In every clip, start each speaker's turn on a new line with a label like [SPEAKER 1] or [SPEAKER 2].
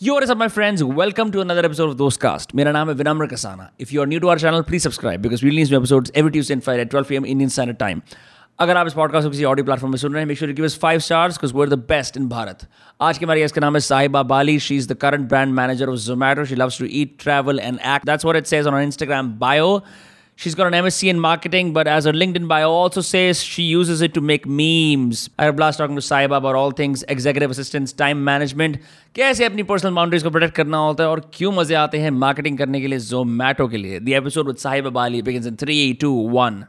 [SPEAKER 1] You are my friends. Welcome to another episode of Dostcast. मेरा नाम है विनम्र Kasana. If you are new to our channel, please subscribe because we release new episodes every Tuesday and Friday at 12 p.m. Indian Standard Time. अगर आप इस podcast को किसी audio platform में सुन रहे हैं make sure give us five stars because we're the best in Bharat आज की हमारी गेस्ट का नाम है Sahiba Bali she is the current brand manager of Zomato she loves to eat travel and act that's what it says on Instagram bio She's got an MSc in marketing, but as her LinkedIn bio also says, she uses it to make memes. I had a blast talking to Saiba about all things executive assistance, time management, कैसे अपनी personal boundaries को protect करना होता है और क्यों मजे आते हैं मार्केटिंग करने के लिए जोमैटो के लिए the episode with Sahiba Bali begins in 3 2 1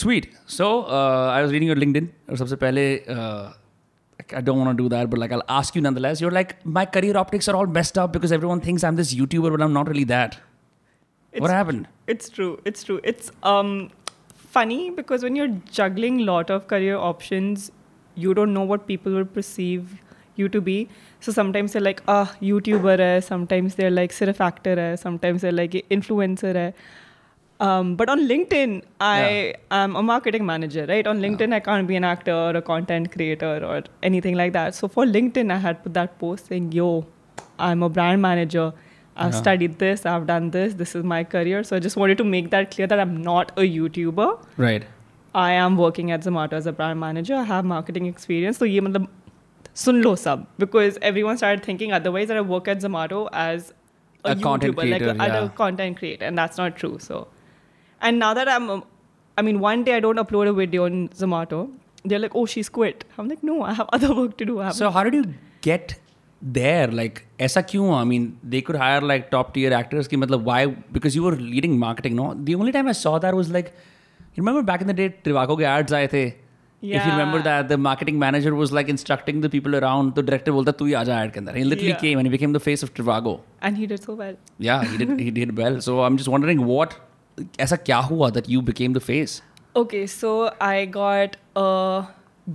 [SPEAKER 1] sweet so I was reading your LinkedIn और सबसे पहले uh, I don't want to do that, but like I'll ask you nonetheless. You're like, my career optics are all messed up because everyone thinks I'm this YouTuber, but I'm not really that. what happened?
[SPEAKER 2] It's true. It's true. It's um, funny because when you're juggling lot of career options, you don't know what people will perceive you to be. So sometimes they're like, ah, YouTuber hai. Sometimes they're like, sirf actor hai. Sometimes they're like, influencer hai. Um, but on LinkedIn, I am a marketing manager, right? On LinkedIn, I can't be an actor or a content creator or anything like that. So for LinkedIn, I had put that post saying, yo, I'm a brand manager. I've studied this, I've done this, this is my career. So I just wanted to make that clear that I'm not a YouTuber.
[SPEAKER 1] Right.
[SPEAKER 2] I am working at Zomato as a brand manager. I have marketing experience. So ye matlab sun lo sab because everyone started thinking otherwise that I work at Zomato as a,
[SPEAKER 1] A content
[SPEAKER 2] YouTuber,
[SPEAKER 1] creator,
[SPEAKER 2] like a other
[SPEAKER 1] yeah.
[SPEAKER 2] content creator, and that's not true. So, and now that I'm, um, I mean, one day I don't upload a video on Zomato. They're like, oh, she's quit. I'm like, no, I have other work to do. I have
[SPEAKER 1] So how did you get there? Like ऐसा क्यों हुआ? I mean, they could hire like top tier actors. की मतलब why? Because you were leading marketing. No, the only time I saw that was like, you remember back in the day, Trivago के ads आए थे. If you
[SPEAKER 2] Yeah.
[SPEAKER 1] remember that, the marketing manager was like instructing the people around. The director बोलता तू ही आ जा ad के अंदर. He literally
[SPEAKER 2] Yeah.
[SPEAKER 1] came and he became the face of Trivago.
[SPEAKER 2] and he did so well.
[SPEAKER 1] Yeah, he did he did well. So I'm just wondering what ऐसा क्या हुआ that you became the face?
[SPEAKER 2] Okay, so I got a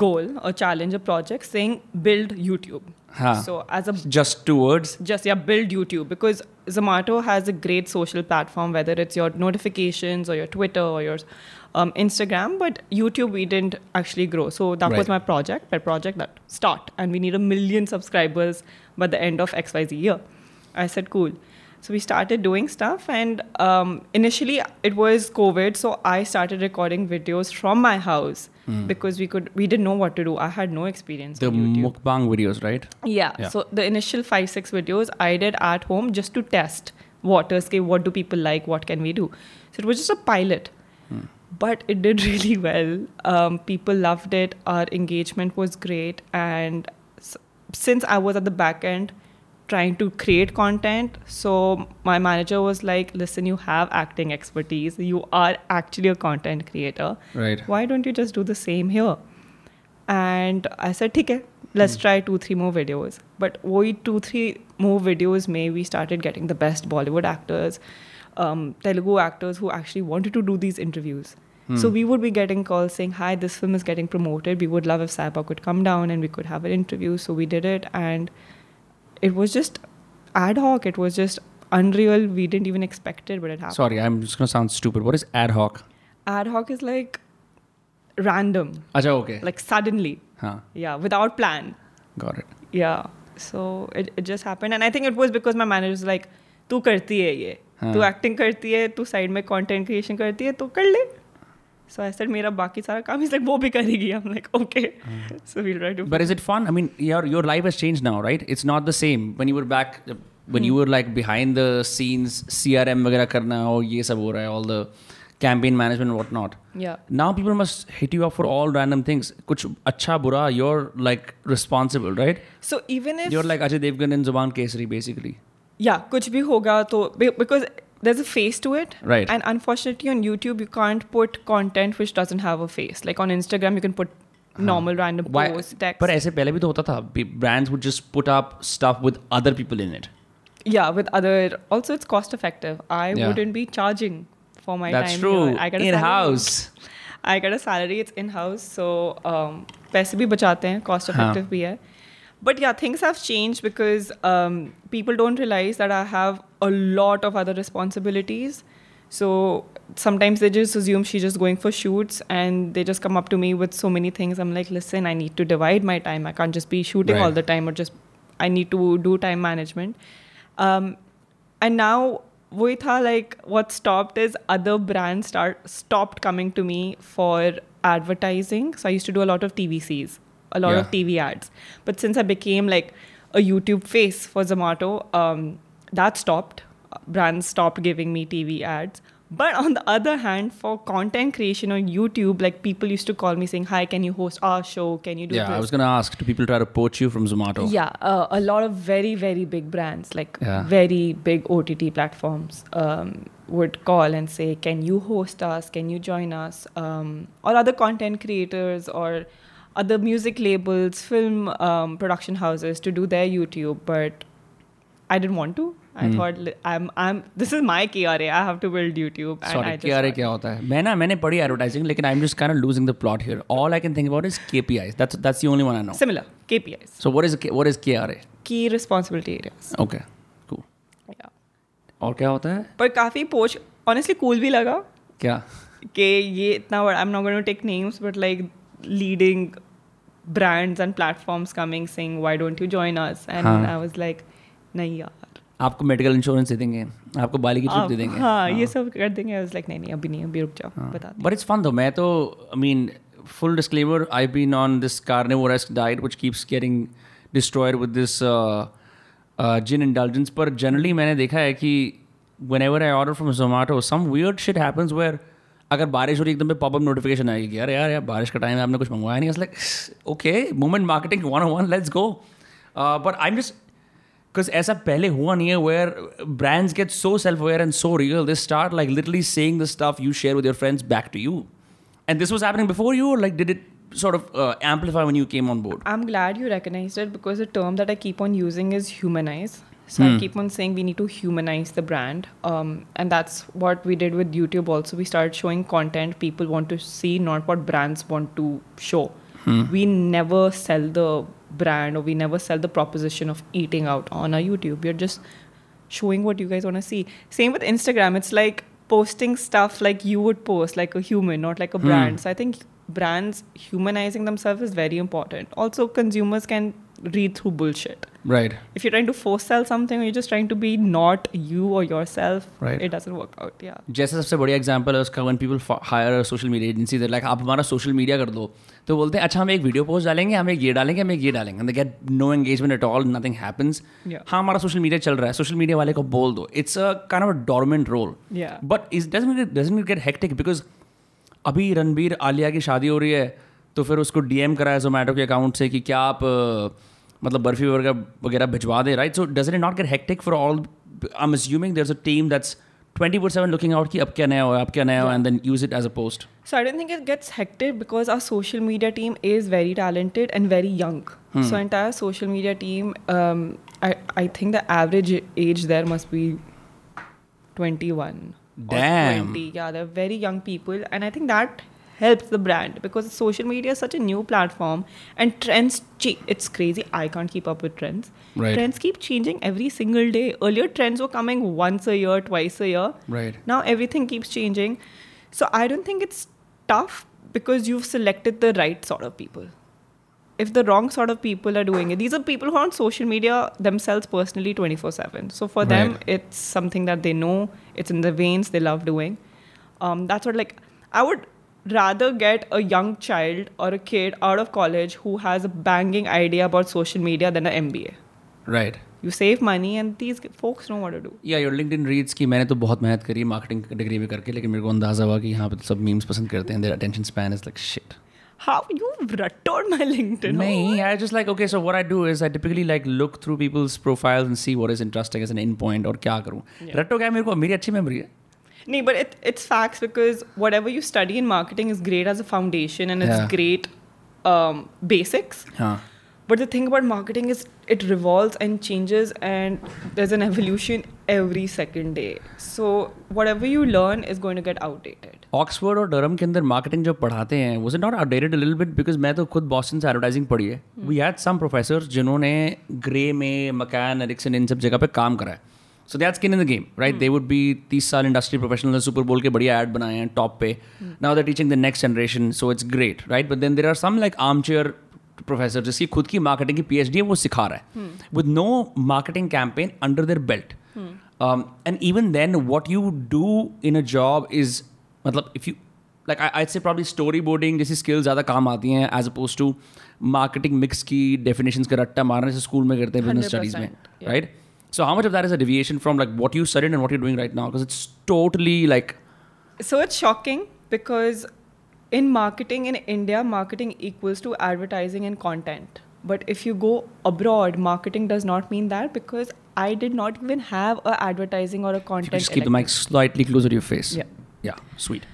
[SPEAKER 2] goal, a challenge, a project saying build YouTube.
[SPEAKER 1] हाँ.
[SPEAKER 2] So as a
[SPEAKER 1] Just two words.
[SPEAKER 2] just yeah, build YouTube because Zomato has a great social platform, whether it's your notifications or your Twitter or your um, Instagram. But YouTube we didn't actually grow, so that was
[SPEAKER 1] Right.
[SPEAKER 2] my project. My project that start, and we need a million subscribers by the end of X Y Z year. I said cool. So we started doing stuff, and um, initially it was COVID, so I started recording videos from my house because we could we didn't know what to do. I had no experience.
[SPEAKER 1] Hmm. The
[SPEAKER 2] on YouTube.
[SPEAKER 1] mukbang videos, right?
[SPEAKER 2] Yeah.
[SPEAKER 1] Yeah.
[SPEAKER 2] So the initial five, six videos I did at home just to test waters. Okay, what do people like? What can we do? So it was just a pilot. But it did really well. Um, people loved it. Our engagement was great. And s- since I was at the back end trying to create content, so my manager was like, listen, you have acting expertise. You are actually a content creator
[SPEAKER 1] Right.
[SPEAKER 2] why don't you just do the same here and i said okay let's try two three more videos but only two three more videos may we started getting the best bollywood actors um, telugu actors who actually wanted to do these interviews so we would be getting calls saying hi this film is getting promoted we would love if saiba could come down and we could have an interview so we did it and it was just ad hoc it was just unreal we didn't even expect it but it happened
[SPEAKER 1] Sorry, I'm just gonna sound stupid. What is ad hoc?
[SPEAKER 2] ad hoc is like random
[SPEAKER 1] अच्छा okay.
[SPEAKER 2] like suddenly
[SPEAKER 1] हाँ
[SPEAKER 2] yeah without plan
[SPEAKER 1] got it.
[SPEAKER 2] yeah so it, it just happened and i think it was because my manager was like तू करती है ये
[SPEAKER 1] हाँ.
[SPEAKER 2] तू acting करती है तू साइड में कंटेंट क्रिएशन करती है तो कर ले सो आई सेड मेरा बाकी सारा काम इज लाइक वो भी करेगी I am like okay so we'll try to
[SPEAKER 1] But is it fun? I mean, your your life has changed now, right? It's not the same when you were back when you were like behind the scenes, CRM वगैरह करना और ये सब हो रहा है, all the campaign management and whatnot.
[SPEAKER 2] या
[SPEAKER 1] Now people must hit you up for all random things. कुछ अच्छा बुरा, you're like responsible, right?
[SPEAKER 2] So even if
[SPEAKER 1] You're like Ajay Devgan and Zuban Kesari, basically.
[SPEAKER 2] या कुछ भी होगा तो because there's a face to it
[SPEAKER 1] Right.
[SPEAKER 2] and unfortunately on youtube you can't put content which doesn't have a face like on instagram you can put normal random
[SPEAKER 1] Why?
[SPEAKER 2] posts text
[SPEAKER 1] पर ऐसे पहले भी तो होता था. Brands would just put up stuff with other people in it.
[SPEAKER 2] Yeah, with other. Also, it's cost effective. I
[SPEAKER 1] Yeah.
[SPEAKER 2] wouldn't be charging for my
[SPEAKER 1] That's
[SPEAKER 2] time.
[SPEAKER 1] true.
[SPEAKER 2] here. I get a
[SPEAKER 1] In
[SPEAKER 2] salary.
[SPEAKER 1] house.
[SPEAKER 2] I get a salary. It's in house, so um, पैसे भी बचाते हैं. Cost
[SPEAKER 1] हाँ.
[SPEAKER 2] effective भी है. But yeah, things have changed because um, people don't realize that I have a lot of other responsibilities. So sometimes they just assume she's just going for shoots and they just come up to me with so many things. I'm like, listen, I need to divide my time. I can't just be shooting
[SPEAKER 1] Right.
[SPEAKER 2] all the time or just I need to do time management. Um, and now वही था like what stopped is other brands start stopped coming to me for advertising so i used to do a lot of tvcs a lot of
[SPEAKER 1] Yeah.
[SPEAKER 2] tv ads but since i became like a youtube face for zomato um, that stopped brands stopped giving me tv ads but on the other hand for content creation on youtube like people used to call me saying hi can you host our show can you do
[SPEAKER 1] Yeah,
[SPEAKER 2] this
[SPEAKER 1] I was going to ask do people try to poach you from Zomato?
[SPEAKER 2] yeah, uh, a lot of very, very big brands, like
[SPEAKER 1] Oh. Yeah.
[SPEAKER 2] very big OTT platforms, um, would call and say, Can you host us? Can you join us? Um, or other content creators or other music labels, film um, production houses to do their YouTube. But I didn't want to. I thought, li- I'm, I'm, this is my KRA. I have to build YouTube. and
[SPEAKER 1] sorry
[SPEAKER 2] I just
[SPEAKER 1] के आर
[SPEAKER 2] thought-
[SPEAKER 1] क्या होता है मैं ना मैंने पढ़ी advertising लेकिन I am just kind of losing the plot here all I can think about is KPIs that's that's the only one I know
[SPEAKER 2] Similar KPIs,
[SPEAKER 1] so what is what is KRA
[SPEAKER 2] key responsibility areas.
[SPEAKER 1] Okay cool
[SPEAKER 2] Yeah.
[SPEAKER 1] और क्या होता है
[SPEAKER 2] पर काफी पोच honestly cool भी लगा
[SPEAKER 1] क्या
[SPEAKER 2] कि ये इतना बड़ा I am not going to take names but like leading brands and platforms coming saying why don't you join us and
[SPEAKER 1] हाँ।
[SPEAKER 2] आई वाज लाइक नहीं यार
[SPEAKER 1] आपको मेडिकल इंश्योरेंस दे देंगे आपको बाली की छूट
[SPEAKER 2] आप-
[SPEAKER 1] दे देंगे हाँ।
[SPEAKER 2] हाँ ये सब कर देंगे आई वाज लाइक नहीं नहीं अभी नहीं अभी रुक जाओ बता दो
[SPEAKER 1] बट इट्स फन दो मैं तो I mean full disclaimer I been on this carnivorous diet which keeps getting destroyed with this Jin intelligence पर जनरली मैंने देखा है कि whenever I order from Zomato some weird shit happens where अगर बारिश हो रही है, एकदम पॉपअप नोटिफिकेशन आएगी कि अरे यार यार बारिश का टाइम है आपने कुछ मंगवाया नहीं like okay moment marketing one one let's go but I am just because ऐसा पहले हुआ नहीं है where brands get so self-aware and so real they start like literally saying the stuff you share with your friends back to you and this was happening before you or like did it sort of uh, amplify when you came on board
[SPEAKER 2] I'm glad you recognized it because the term that I keep on using is humanize. So I keep on saying we need to humanize the brand. Um, and that's what we did with YouTube also. We started showing content people want to see, not what brands want to show. We never sell the brand or we never sell the proposition of eating out on our YouTube. We're just showing what you guys want to see. Same with Instagram. It's like posting stuff like you would post, like a human, not like a brand. So I think brands humanizing themselves is very important. Also, consumers can read through bullshit.
[SPEAKER 1] right
[SPEAKER 2] If you're trying to force sell something or you're just trying to be not you or yourself,
[SPEAKER 1] Right.
[SPEAKER 2] it doesn't work out. Yeah.
[SPEAKER 1] जैसे सबसे बढ़िया example है उसका one people hire social media agency there like आप हमारा social media कर दो तो बोलते हैं अच्छा हम एक वीडियो पोस्ट डालेंगे हम एक ये डालेंगे हम एक ये डालेंगे and get no engagement at all nothing happens
[SPEAKER 2] Yeah.
[SPEAKER 1] हाँ हमारा सोशल मीडिया चल रहा है सोशल मीडिया वाले को बोल दो it's a kind of dormant role
[SPEAKER 2] Yeah.
[SPEAKER 1] But is doesn't it get hectic because अभी रणबीर आलिया की शादी हो रही है तो फिर उसको डीएम कराया जोमेटो के अकाउंट से कि क्या आप अ, मतलब बर्फी वगैरह वगैरह भिजवा दें right so doesn't it not get hectic for all I am assuming there is a team that's 24/7 looking out कि अब क्या नया हुआ अब क्या नया हुआ and then use it as a post
[SPEAKER 2] So I don't think it gets hectic because our social media team is very talented and very young.
[SPEAKER 1] Hmm.
[SPEAKER 2] So entire social media team, um, I I think the average age there must be twenty one.
[SPEAKER 1] Damn.
[SPEAKER 2] Yeah, they're very young people, and I think that helps the brand because social media is such a new platform and trends. Che- it's crazy. I can't keep up with trends.
[SPEAKER 1] Right.
[SPEAKER 2] Trends keep changing every single day. Earlier, trends were coming once a year, twice a year
[SPEAKER 1] right
[SPEAKER 2] now everything keeps changing so i don't think it's tough because you've selected the right sort of people if the wrong sort of people are doing it these are people who are on social media themselves personally 24/7 so for them
[SPEAKER 1] Right.
[SPEAKER 2] it's something that they know it's in the veins they love doing um, that's what like i would rather get a young child or a kid out of college who has a banging idea about social media than an mba
[SPEAKER 1] right
[SPEAKER 2] you save money and these folks know what to do
[SPEAKER 1] या your LinkedIn reads की मैंने तो बहुत मेहनत करी marketing degree में करके लेकिन मेरे को अंदाजा हुआ कि यहाँ पे तो सब मीम्स पसंद करते हैं their attention span is like shit
[SPEAKER 2] how you've rattled my linkedin
[SPEAKER 1] Me, I just like okay. So what I do is I typically like look through people's profiles and see what is interesting as an endpoint or क्या करूँ. रट्टो क्या है, मेरे को मेरी अच्छी memory है.
[SPEAKER 2] No, but it, it's facts because whatever you study in marketing is great as a foundation and it's
[SPEAKER 1] Yeah.
[SPEAKER 2] great um, basics.
[SPEAKER 1] हाँ.
[SPEAKER 2] But the thing about marketing is it revolves and changes, and there's an evolution every second day. So, whatever you learn is going to get outdated.
[SPEAKER 1] Oxford और Durham के अंदर marketing जो पढ़ाते हैं वो not updated little bit because मैं तो खुद बॉस्टन से एडवर्टाइजिंग पढ़ी है वी हैड सम प्रोफेसर जिन्होंने ग्रे में मकैन एरिक्सन इन सब जगह पे काम करा है so they skin in the game right they would be तीस साल इंडस्ट्री प्रोफेशनल सुपर बोल के बढ़िया एड बनाए हैं टॉप पे now they teaching the next generation so it's great right but then there are some like armchair professor जिसकी खुद की मार्केटिंग की पीएचडी है वो सिखा रहा है
[SPEAKER 2] hmm.
[SPEAKER 1] With no marketing campaign under their belt and even then what you do in a job is मतलब if you like I say probably storyboarding जैसी स्किल ज़्यादा काम आती हैं as opposed to marketing mix की definition का रट्टा मारने से स्कूल में करते हैं बिजनेस स्टडीज में
[SPEAKER 2] 100%, yeah.
[SPEAKER 1] Right so how much of that is a deviation from like what you studied and what you doing right now because it's totally like
[SPEAKER 2] So it's shocking because in marketing in India, marketing equals to advertising and content. But if you go abroad, marketing does not mean that because I did not even have a advertising or a
[SPEAKER 1] If you
[SPEAKER 2] content.
[SPEAKER 1] just keep the
[SPEAKER 2] elective.
[SPEAKER 1] mic slightly closer to your face.
[SPEAKER 2] Yeah.
[SPEAKER 1] Yeah. Sweet.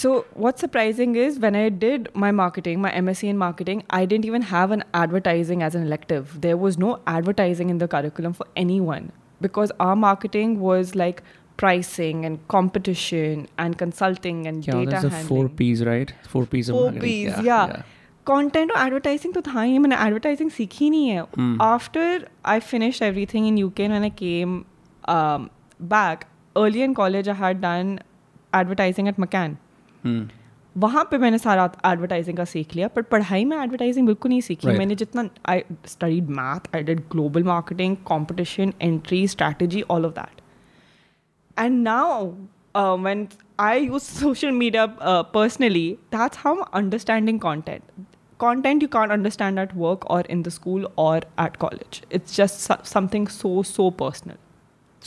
[SPEAKER 2] So what's surprising is when I did my marketing, my MSc in marketing, I didn't even have an advertising as an elective. There was no advertising in the curriculum for anyone because our marketing was like pricing and competition and consulting and data handling.
[SPEAKER 1] P's, right? Four P's
[SPEAKER 2] four P's या content और advertising तो था ही नहीं, मैंने advertising सीखी नहीं है after I finish everything in you can and I came um, back early in college I had done advertising at McCann
[SPEAKER 1] Hmm.
[SPEAKER 2] वहाँ पे मैंने सारा एडवर्टाइजिंग का सीख लिया पर पढ़ाई में एडवर्टाइजिंग बिल्कुल नहीं सीखी
[SPEAKER 1] Right.
[SPEAKER 2] मैंने जितना I studied math I did global marketing competition entry strategy all of that And now, uh, when I use social media uh, personally, that's how I'm understanding content. Content you can't understand at work or in the school or at college. It's just so- something so, so personal.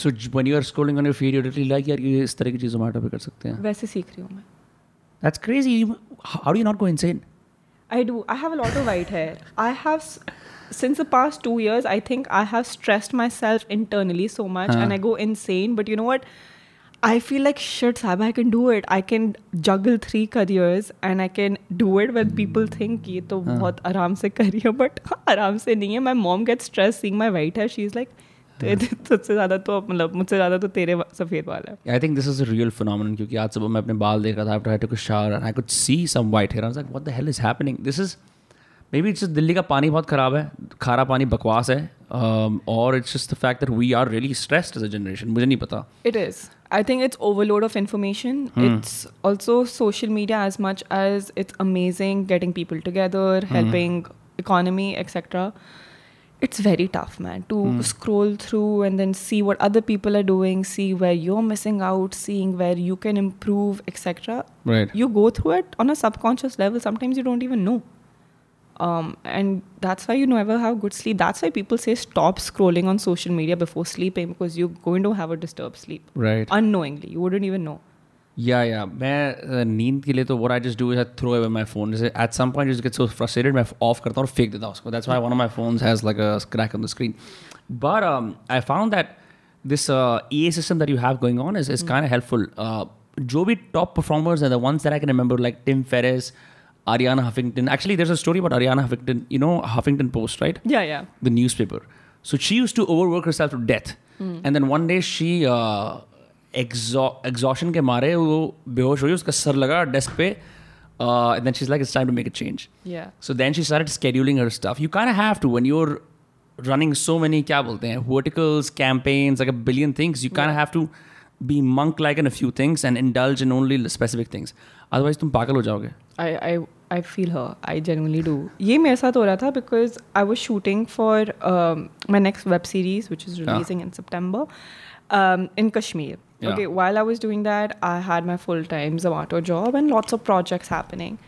[SPEAKER 1] So j- when you are scrolling on your feed, you're literally like, यार ये इस तरह की चीज़ों matter भी कर सकते हैं.
[SPEAKER 2] वैसे सीख रही हूँ मैं.
[SPEAKER 1] That's crazy. You- How do you not go insane?
[SPEAKER 2] I do. I have a lot of white hair. I have, s- since the past two years, I think I have stressed myself internally so much and
[SPEAKER 1] Huh.
[SPEAKER 2] I go insane. But you know what? I feel like shit, Saba, I can do it. I can juggle three careers and I can do it when people think ये तो बहुत आराम से career but आराम से नहीं है. My mom gets stressed seeing my white hair. She's like, "ते- ते- तुझसे ज़्यादा तो मतलब मुझसे ज़्यादा तो तेरे वा- सफ़ेद वाला है.
[SPEAKER 1] I think this is a real phenomenon क्योंकि आज सुबह मैं अपने बाल देख रहा था after I took a shower and I could see some white hair I was like what the hell is happening this is maybe it's Delhi का पानी बहुत खराब है खारा पानी बकवास है um, और it's just the fact that we are really stressed as a generation मुझे नहीं पता
[SPEAKER 2] It is. I think it's overload of information. It's also social media as much as it's amazing getting people together, helping economy, etc. It's very tough, man, to scroll through and then see what other people are doing, see where you're missing out, seeing where you can improve, etc.
[SPEAKER 1] Right
[SPEAKER 2] You go through it on a subconscious level. Sometimes you don't even know. Um, and that's why you never have good sleep. That's why people say stop scrolling on social media before sleeping because you're going to have a disturbed sleep
[SPEAKER 1] right
[SPEAKER 2] unknowingly you wouldn't even know
[SPEAKER 1] या या मैं uh, नींद के लिए तो what I just do is I throw away my phone जैसे at some point just get so frustrated मैं of करता हूं और फेंक देता हूं उसको that's why one of my phones has like a crack on the screen but I found that this a system that you have going on is is kind helpful Uh, जो भी top performers हैं the ones that I can remember like Tim Ferriss Ariana Huffington. Actually, there's a story about Ariana Huffington. You know Huffington Post, right?
[SPEAKER 2] yeah yeah
[SPEAKER 1] the newspaper. So she used to overwork herself to death. And then one day she uh, exha- exhaustion के मारे वो बेहोश हो गई उसका sir लगा desk पे uh, and then she's like it's time to make a change.
[SPEAKER 2] yeah
[SPEAKER 1] So then she started scheduling her stuff. You kind of have to when you're running so many क्या बोलते हैं verticals, campaigns, like a billion things. You kind of have to be monk like in a few things and indulge in only specific things. Otherwise तुम पागल हो जाओगे.
[SPEAKER 2] i i I feel her. I genuinely do. ये मेरे साथ हो रहा था because I was shooting for um, my next web series, which is releasing in September, um, in Kashmir.
[SPEAKER 1] Yeah.
[SPEAKER 2] Okay, while I was doing that, I had my full time Zomato job and lots of projects happening.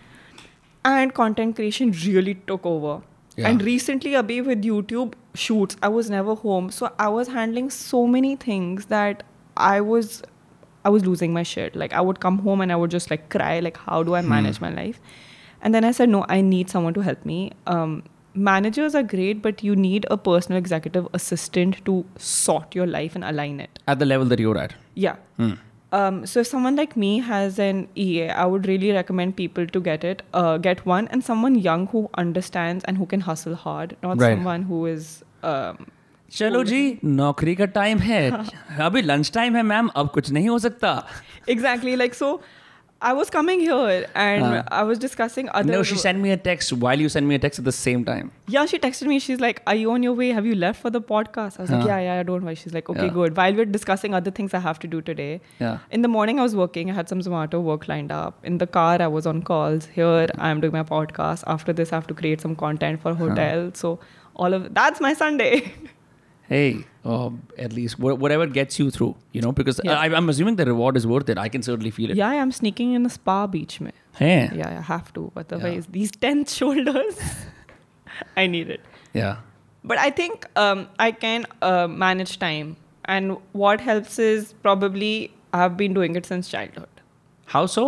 [SPEAKER 2] And content creation really took over.
[SPEAKER 1] Yeah.
[SPEAKER 2] And recently, Abhi, with YouTube shoots, I was never home. So I was handling so many things that I was. I was losing my shit. Like I would come home and I would just like cry. Like how do I manage my life? And then I said, no, I need someone to help me. Um, managers are great, but you need a personal executive assistant to sort your life and align it.
[SPEAKER 1] At the level that you're at.
[SPEAKER 2] Yeah.
[SPEAKER 1] Hmm.
[SPEAKER 2] Um, so if someone like me has an EA, I would really recommend people to get it, uh, get one, and someone young who understands and who can hustle hard, not
[SPEAKER 1] Right.
[SPEAKER 2] someone who is. Um,
[SPEAKER 1] चलो जी नौकरी का
[SPEAKER 2] हाँ।
[SPEAKER 1] Time है अभी lunch time ma'am मैम अब कुछ नहीं हो सकता
[SPEAKER 2] exactly like so I was coming here and
[SPEAKER 1] Uh.
[SPEAKER 2] I was discussing other.
[SPEAKER 1] No, she sent me a text while you sent me a text at the same time.
[SPEAKER 2] Yeah, she texted me. She's like, "Are you on your way? Have you left for the podcast?" I was like,
[SPEAKER 1] Huh.
[SPEAKER 2] "Yeah, yeah, yeah, don't worry." She's like, "Okay,
[SPEAKER 1] Yeah.
[SPEAKER 2] good." While we're discussing other things I have to do today,
[SPEAKER 1] Yeah.
[SPEAKER 2] in the morning I was working. I had some Zomato work lined up. In the car, I was on calls. Here, I'm doing my podcast. After this, I have to create some content for hotel. So all of that's my Sunday.
[SPEAKER 1] Hey, um, at least wha- whatever gets you through, you know, because
[SPEAKER 2] Yeah.
[SPEAKER 1] I, I'm assuming the reward is worth it. I can certainly feel it.
[SPEAKER 2] yeah, I'm sneaking in a spa beach. Mein.
[SPEAKER 1] Hey.
[SPEAKER 2] Yeah, I have to. Otherwise, these tense shoulders, I need it.
[SPEAKER 1] Yeah.
[SPEAKER 2] But I think um, I can uh, manage time. And what helps is probably I've been doing it since childhood.
[SPEAKER 1] How so?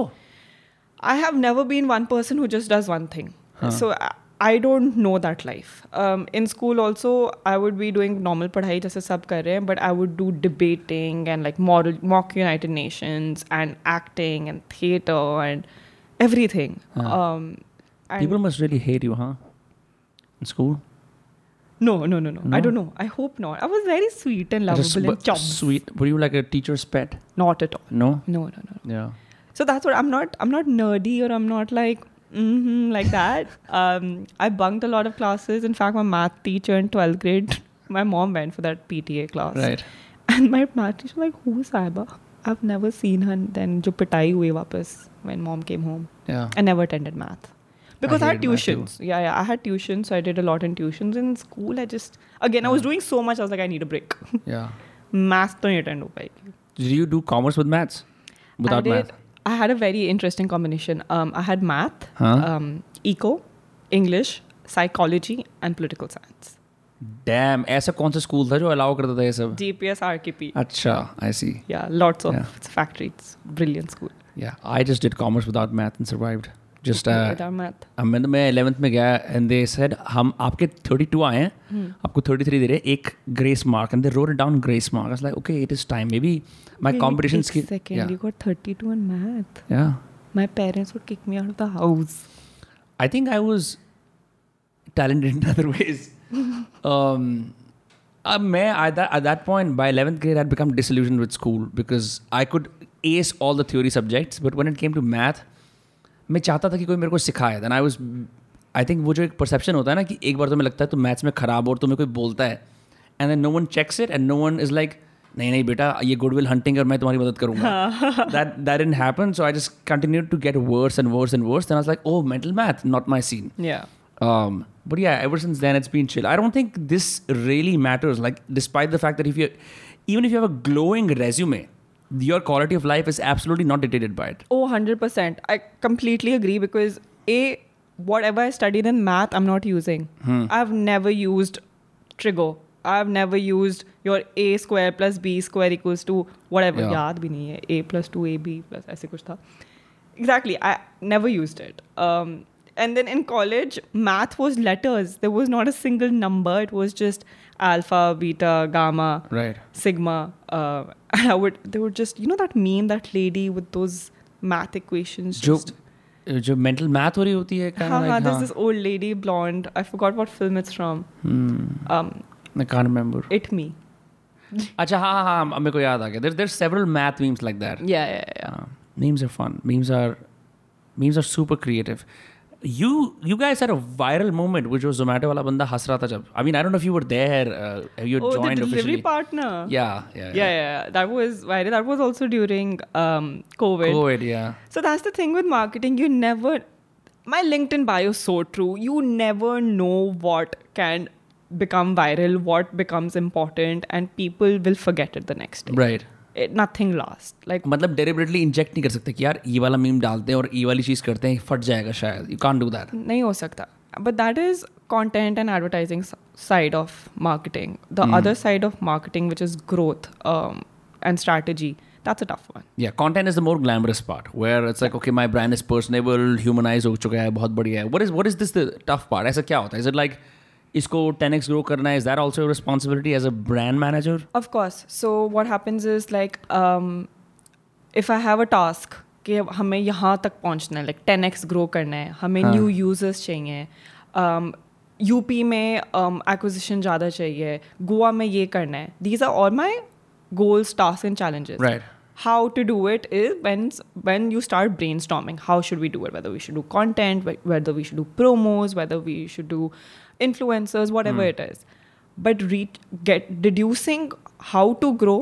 [SPEAKER 2] I have never been one person who just does one thing. So I, I don't know that life. Um, in school also, I would be doing normal padhai jaise sab kar rahe hain, but I would do debating and like model, mock United Nations and acting and theater and everything. Um, and
[SPEAKER 1] People must really hate you, huh? In school?
[SPEAKER 2] No, no, no, no,
[SPEAKER 1] No?
[SPEAKER 2] I don't know. I hope not. I was very sweet and lovable
[SPEAKER 1] Just
[SPEAKER 2] and
[SPEAKER 1] bu-
[SPEAKER 2] chum.
[SPEAKER 1] sweet. Were you like a teacher's pet?
[SPEAKER 2] Not at all.
[SPEAKER 1] No?
[SPEAKER 2] No, no, no.
[SPEAKER 1] Yeah.
[SPEAKER 2] So that's what I'm not. I'm not nerdy or I'm not like mm-hmm, like that. um, I bunked a lot of classes. In fact, my math teacher in 12th grade, my mom went for that PTA class.
[SPEAKER 1] Right.
[SPEAKER 2] And my math teacher was like, who's Saiba? I've never seen her. Then jo pitai hui wapas when mom came home.
[SPEAKER 1] Yeah.
[SPEAKER 2] I never attended math because I, had
[SPEAKER 1] hated math too.
[SPEAKER 2] tuitions. Yeah, yeah, I had tuitions, so I did a lot in tuitions. In school, I just again I was doing so much. I was like, I need a break.
[SPEAKER 1] Yeah.
[SPEAKER 2] math to nahi attend ho payegi.
[SPEAKER 1] Did you do commerce with maths? Without
[SPEAKER 2] I
[SPEAKER 1] math?
[SPEAKER 2] I had a very interesting combination. Um, I had math,
[SPEAKER 1] Huh?
[SPEAKER 2] um, eco, English, psychology, and political science.
[SPEAKER 1] Damn. ऐसा कौन सा school था जो allow करता था ये सब?
[SPEAKER 2] DPS RKP.
[SPEAKER 1] अच्छा, I see.
[SPEAKER 2] Yeah, lots of
[SPEAKER 1] Yeah.
[SPEAKER 2] it's factory. It's brilliant school.
[SPEAKER 1] Yeah. I just did commerce without math and survived. Just uh,
[SPEAKER 2] Without math.
[SPEAKER 1] अब मैं तो मैं इलेवंथ में गया एंड दे सेड हम आपके 32 आए हैं
[SPEAKER 2] हम्म।
[SPEAKER 1] आपको 33 दे रहे हैं एक grace mark and they wrote down grace mark like okay it is time maybe my
[SPEAKER 2] Wait,
[SPEAKER 1] competition
[SPEAKER 2] wait, Second, you got 32 in math.
[SPEAKER 1] या
[SPEAKER 2] My parents would kick me out of the house.
[SPEAKER 1] I think I was talented in other ways Um, अब मैं at uh, that point by 11th grade i'd become disillusioned with school because i could ace all the theory subjects but when it came to math मैं चाहता था कि कोई मेरे को सिखाए then I was I think वो जो एक परसेप्शन होता है ना कि एक बार तुम्हें लगता है तुम मैथ्स में खराब हो और तुम्हें कोई बोलता है and then no one checks it and no one is like नहीं नहीं बेटा ये गुडविल हंटिंग और मैं तुम्हारी मदद करूंगा that that in happen so I just continue to get worse and worse and worse then I was like oh mental math not my scene
[SPEAKER 2] Yeah.
[SPEAKER 1] um, but yeah, ever since then it's been chill. I don't think this really matters. Like, despite the fact that if you, even if you have a glowing resume, your quality of life is absolutely not dictated by it.
[SPEAKER 2] Oh, 100%. I completely agree because A, whatever I studied in math, I'm not using. I've never used Trigo. I've never used your A square plus B square equals to whatever.
[SPEAKER 1] Yeah.
[SPEAKER 2] याद भी नहीं है. A plus 2AB plus ऐसे कुछ था. Exactly. I never used it. Um, and then in college, math was letters. There was not a single number. It was just alpha, beta, gamma.
[SPEAKER 1] Right.
[SPEAKER 2] Sigma. Uh, and I would, they would just, you know, that meme, that lady with those math equations.
[SPEAKER 1] जो
[SPEAKER 2] just,
[SPEAKER 1] जो mental math हो रही होती है kind
[SPEAKER 2] Ha,
[SPEAKER 1] of
[SPEAKER 2] ha,
[SPEAKER 1] like,
[SPEAKER 2] there's
[SPEAKER 1] हाँ,
[SPEAKER 2] this old lady, blonde. I forgot what film it's from.
[SPEAKER 1] Hmm.
[SPEAKER 2] Um,
[SPEAKER 1] I can't remember.
[SPEAKER 2] it me.
[SPEAKER 1] अच्छा हाँ हाँ हाँ मेरे को याद आ गया. There there's several math memes like that.
[SPEAKER 2] Yeah, yeah, yeah.
[SPEAKER 1] Uh, memes are fun. Memes are memes are super creative. You you guys had a viral moment which was Zomato वाला बंदा हंस रहा था जब. I mean I don't know if you were there. Uh, you had
[SPEAKER 2] oh, the
[SPEAKER 1] joined
[SPEAKER 2] delivery
[SPEAKER 1] officially.
[SPEAKER 2] partner.
[SPEAKER 1] Yeah, yeah,
[SPEAKER 2] Yeah, yeah, yeah. That was viral. That was also during um, COVID.
[SPEAKER 1] COVID, yeah.
[SPEAKER 2] So that's the thing with marketing. You never, my LinkedIn bio is so true. You never know what can become viral, what becomes important, and people will forget it the next day.
[SPEAKER 1] Right.
[SPEAKER 2] It, Eh, nothing lasts. Like,
[SPEAKER 1] मतलब deliberately inject नहीं कर सकते कि यार ये वाला meme डालते हैं और ये वाली चीज करते हैं फट जाएगा शायद you can't do that
[SPEAKER 2] nahi ho sakta. But that is content and advertising s- side of marketing. The other side of marketing, which is growth um, and strategy, that's a tough one.
[SPEAKER 1] या content is the more glamorous part where it's like okay my brand is personable humanize हो चुका है बहुत बढ़िया है what is what is this the tough part ऐसा क्या होता है इज इट लाइक इसको 10x ग्रो करना है is that also responsibility as a brand manager
[SPEAKER 2] Of course. So what happens is like um, if I have a task कि हमें यहाँ तक पहुँचना है लाइक टेन एक्स ग्रो करना है हमें न्यू यूजर्स चाहिए यूपी में um, एक्विजिशन ज़्यादा चाहिए गोवा में ये करना है these are all my goals task and challenges
[SPEAKER 1] right
[SPEAKER 2] how to do it is when when you start brainstorming how should we do it whether we should do content wh- whether we should do promos whether we should do influencers whatever it is but re- get deducing how to grow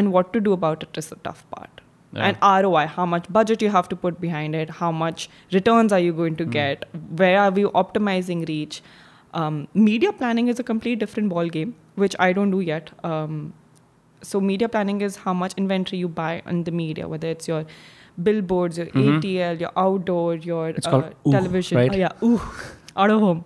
[SPEAKER 2] and what to do about it is the tough part
[SPEAKER 1] Yeah.
[SPEAKER 2] and ROI, how much budget you have to put behind it, how much returns are you going to get, where are we optimizing reach. Um, media planning is a complete different ball game, which I don't do yet. Um, so media planning is how much inventory you buy on the media, whether it's your billboards, your
[SPEAKER 1] Mhm.
[SPEAKER 2] ATL, your outdoor, your
[SPEAKER 1] It's
[SPEAKER 2] uh,
[SPEAKER 1] called ooh,
[SPEAKER 2] television.
[SPEAKER 1] right?
[SPEAKER 2] Oh, yeah, ooh, out of home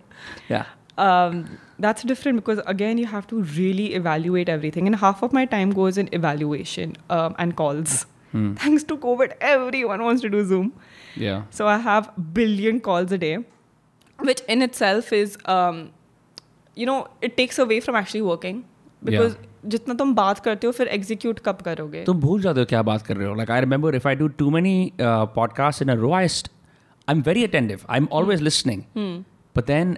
[SPEAKER 1] Yeah.
[SPEAKER 2] um, that's different because again you have to really evaluate everything and half of my time goes in evaluation um, and calls
[SPEAKER 1] Hmm.
[SPEAKER 2] thanks to covid everyone wants to do zoom
[SPEAKER 1] Yeah.
[SPEAKER 2] so i have billion calls a day which in itself is um, you know it takes away from actually working because जितना तुम बात करते हो फिर execute कब करोगे
[SPEAKER 1] तुम भूल जाते हो क्या बात कर रहे हो like I remember if I do too many podcast in a row I I am very attentive I
[SPEAKER 2] Hmm.
[SPEAKER 1] Am always listening but then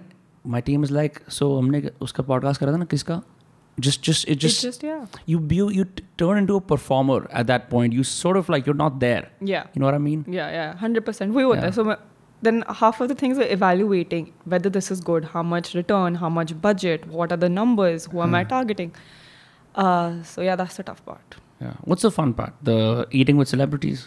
[SPEAKER 1] my team is like so हमने उसका पॉडकास्ट करा था ना किसका just just it
[SPEAKER 2] It's
[SPEAKER 1] just
[SPEAKER 2] just yeah
[SPEAKER 1] you you you t- turn into a performer at that point you sort of like you're not there
[SPEAKER 2] yeah
[SPEAKER 1] you know what i mean
[SPEAKER 2] Yeah, yeah, hundred percent. We were
[SPEAKER 1] Yeah.
[SPEAKER 2] there. So ma- then half of the things are evaluating whether this is good, how much return, how much budget, what are the numbers, who am I targeting. Uh, so yeah, that's the tough part.
[SPEAKER 1] yeah what's the fun part the eating with celebrities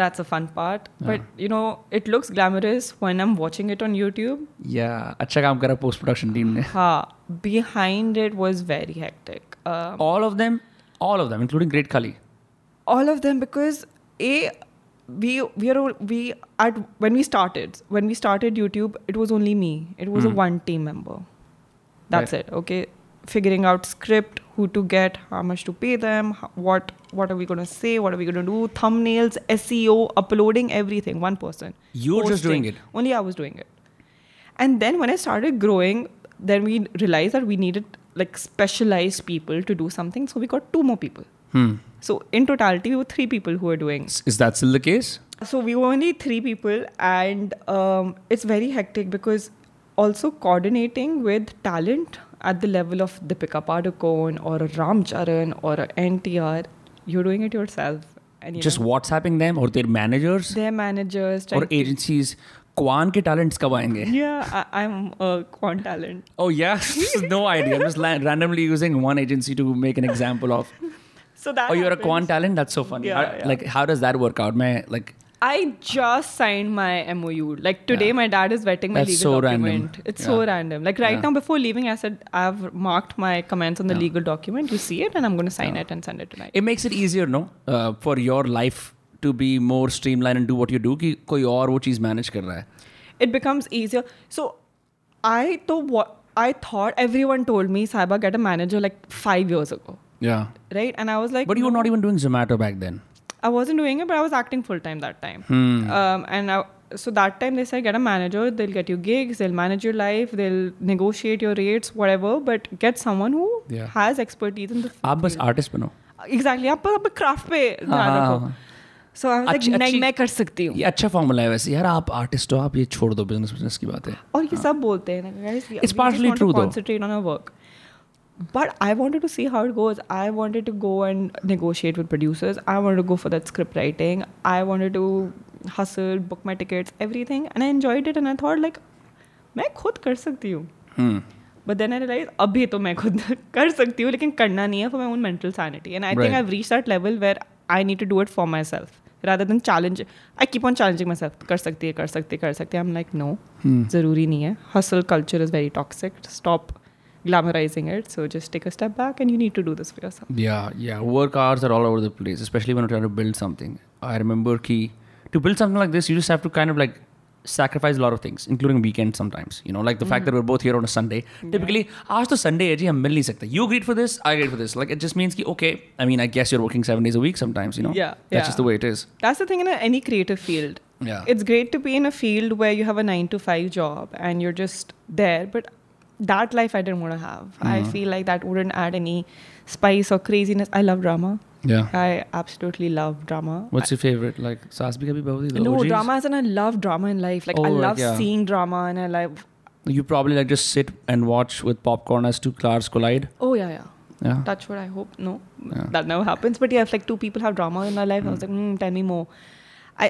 [SPEAKER 2] That's a fun part. But you know, it looks glamorous when I'm watching it on YouTube.
[SPEAKER 1] yeah acha kaam kara post production team ne
[SPEAKER 2] Ha, हाँ, behind it was very hectic. Um,
[SPEAKER 1] all of them all of them including great kali
[SPEAKER 2] all of them because a we we are all, we at when we started when we started YouTube it was only me it was a
[SPEAKER 1] Hmm.
[SPEAKER 2] one team member that's
[SPEAKER 1] Right.
[SPEAKER 2] it okay figuring out script who to get how much to pay them ho- what what are we going to say what are we going to do thumbnails SEO uploading everything one person
[SPEAKER 1] You were just doing it?
[SPEAKER 2] only I was doing it and then when I started growing then we realized that we needed like specialized people to do something so we got two more people
[SPEAKER 1] hmm
[SPEAKER 2] so in totality, we were three people who were doing.
[SPEAKER 1] is, is that still the case
[SPEAKER 2] So we were only three people, and um, it's very hectic because also coordinating with talent at the level of Deepika Padukone or a Ram Charan or a NTR, you're doing it yourself. And you
[SPEAKER 1] just
[SPEAKER 2] know,
[SPEAKER 1] whatsapping them or their managers
[SPEAKER 2] their managers.
[SPEAKER 1] or
[SPEAKER 2] trying to-
[SPEAKER 1] agencies kwan ke talents कब आएंगे
[SPEAKER 2] Yeah, I, I'm a quant talent.
[SPEAKER 1] oh yeah no idea i'm just la- randomly using one agency to make an example of
[SPEAKER 2] So that.
[SPEAKER 1] oh you're a
[SPEAKER 2] happens.
[SPEAKER 1] quant talent that's so funny
[SPEAKER 2] Yeah,
[SPEAKER 1] How-
[SPEAKER 2] yeah.
[SPEAKER 1] like how does that work out man like
[SPEAKER 2] I just signed my MOU. Like today,
[SPEAKER 1] Yeah.
[SPEAKER 2] my dad is vetting my
[SPEAKER 1] That's
[SPEAKER 2] legal
[SPEAKER 1] so random.
[SPEAKER 2] document. It's so
[SPEAKER 1] Yeah.
[SPEAKER 2] random. Like right
[SPEAKER 1] Yeah.
[SPEAKER 2] now, before leaving, I said I've marked my comments on the
[SPEAKER 1] Yeah.
[SPEAKER 2] legal document. You see it, and I'm going to sign
[SPEAKER 1] Yeah.
[SPEAKER 2] it and send it tonight.
[SPEAKER 1] it makes it easier no uh, for your life to be more streamlined and do what you do कि कोई और वो चीज़ manage कर रहा है
[SPEAKER 2] It becomes easier. So, I thought what I thought everyone told me, Saiba, get a manager like five years ago,
[SPEAKER 1] yeah
[SPEAKER 2] right? And I was like,
[SPEAKER 1] but you were
[SPEAKER 2] "No."
[SPEAKER 1] not even doing Zomato back then
[SPEAKER 2] I wasn't doing it, but I was acting full time that time.
[SPEAKER 1] Hmm.
[SPEAKER 2] Um, and I, so that time they said, get a manager. They'll get you gigs. They'll manage your life. They'll negotiate your rates, whatever. But get someone who
[SPEAKER 1] Yeah. Ah.
[SPEAKER 2] has expertise in the
[SPEAKER 1] आप बस artist बनो
[SPEAKER 2] exactly. आप आप craft पे ध्यान
[SPEAKER 1] हाँ,
[SPEAKER 2] रखो.
[SPEAKER 1] हाँ.
[SPEAKER 2] So I was like,
[SPEAKER 1] अच्छी-
[SPEAKER 2] नहीं
[SPEAKER 1] अच्छी-
[SPEAKER 2] मैं कर सकती हूँ.
[SPEAKER 1] ये अच्छा formula है वैसे यार आप artist हो आप ये छोड़ दो business business की बातें
[SPEAKER 2] और ये सब बोलते हैं like, guys we,
[SPEAKER 1] It's
[SPEAKER 2] we just
[SPEAKER 1] partially
[SPEAKER 2] want
[SPEAKER 1] true
[SPEAKER 2] to
[SPEAKER 1] though.
[SPEAKER 2] concentrate on our work but I wanted to see how it goes I wanted to go and negotiate with producers I wanted to go for that script writing I wanted to hustle book my tickets everything and I enjoyed it and I thought like मैं खुद कर सकती हूँ
[SPEAKER 1] hmm
[SPEAKER 2] but then I realized अभी तो मैं खुद कर सकती हूँ लेकिन करना नहीं है for my own mental sanity and I think
[SPEAKER 1] Right.
[SPEAKER 2] I've reached that level where I need to do it for myself rather than challenge I keep on challenging myself कर सकती है कर सकती है कर सकती है I'm like no
[SPEAKER 1] Hmm.
[SPEAKER 2] ज़रूरी नहीं है hustle culture is very toxic stop glamorizing it so just take a step back and you need to do this for yourself
[SPEAKER 1] Yeah, yeah. Work hours are all over the place, especially when you're trying to build something. I remember key to build something like this, you just have to kind of like sacrifice a lot of things, including weekends sometimes. You know, like the fact that we're both here on a Sunday. Typically, ask the Sunday, Eji, I'm milli sakta. You agreed for this, I agreed for this. Like it just means ki, okay. I mean, I guess you're working seven days a week sometimes. You know,
[SPEAKER 2] Yeah,
[SPEAKER 1] that's
[SPEAKER 2] yeah.
[SPEAKER 1] just the way it is.
[SPEAKER 2] that's the thing in a, any creative field
[SPEAKER 1] Yeah,
[SPEAKER 2] it's great to be in a field where you have a nine to five job and you're just there but that life i didn't want to have i
[SPEAKER 1] Mm-hmm.
[SPEAKER 2] feel like that wouldn't add any spice or craziness i love drama
[SPEAKER 1] yeah.
[SPEAKER 2] i absolutely love drama
[SPEAKER 1] What's your favorite? Like Saas Bhi Kabhi Bahu Di, the
[SPEAKER 2] no
[SPEAKER 1] OGs?
[SPEAKER 2] drama as in i love drama in life like i
[SPEAKER 1] Oh, right,
[SPEAKER 2] love
[SPEAKER 1] yeah.
[SPEAKER 2] seeing drama and i love
[SPEAKER 1] You probably like just sit and watch with popcorn as two cars collide.
[SPEAKER 2] oh yeah yeah
[SPEAKER 1] Yeah.
[SPEAKER 2] Touch wood, I hope. No,
[SPEAKER 1] Yeah.
[SPEAKER 2] that never happens. But yeah, if like two people have drama in their life, I was like, mm, tell me more. I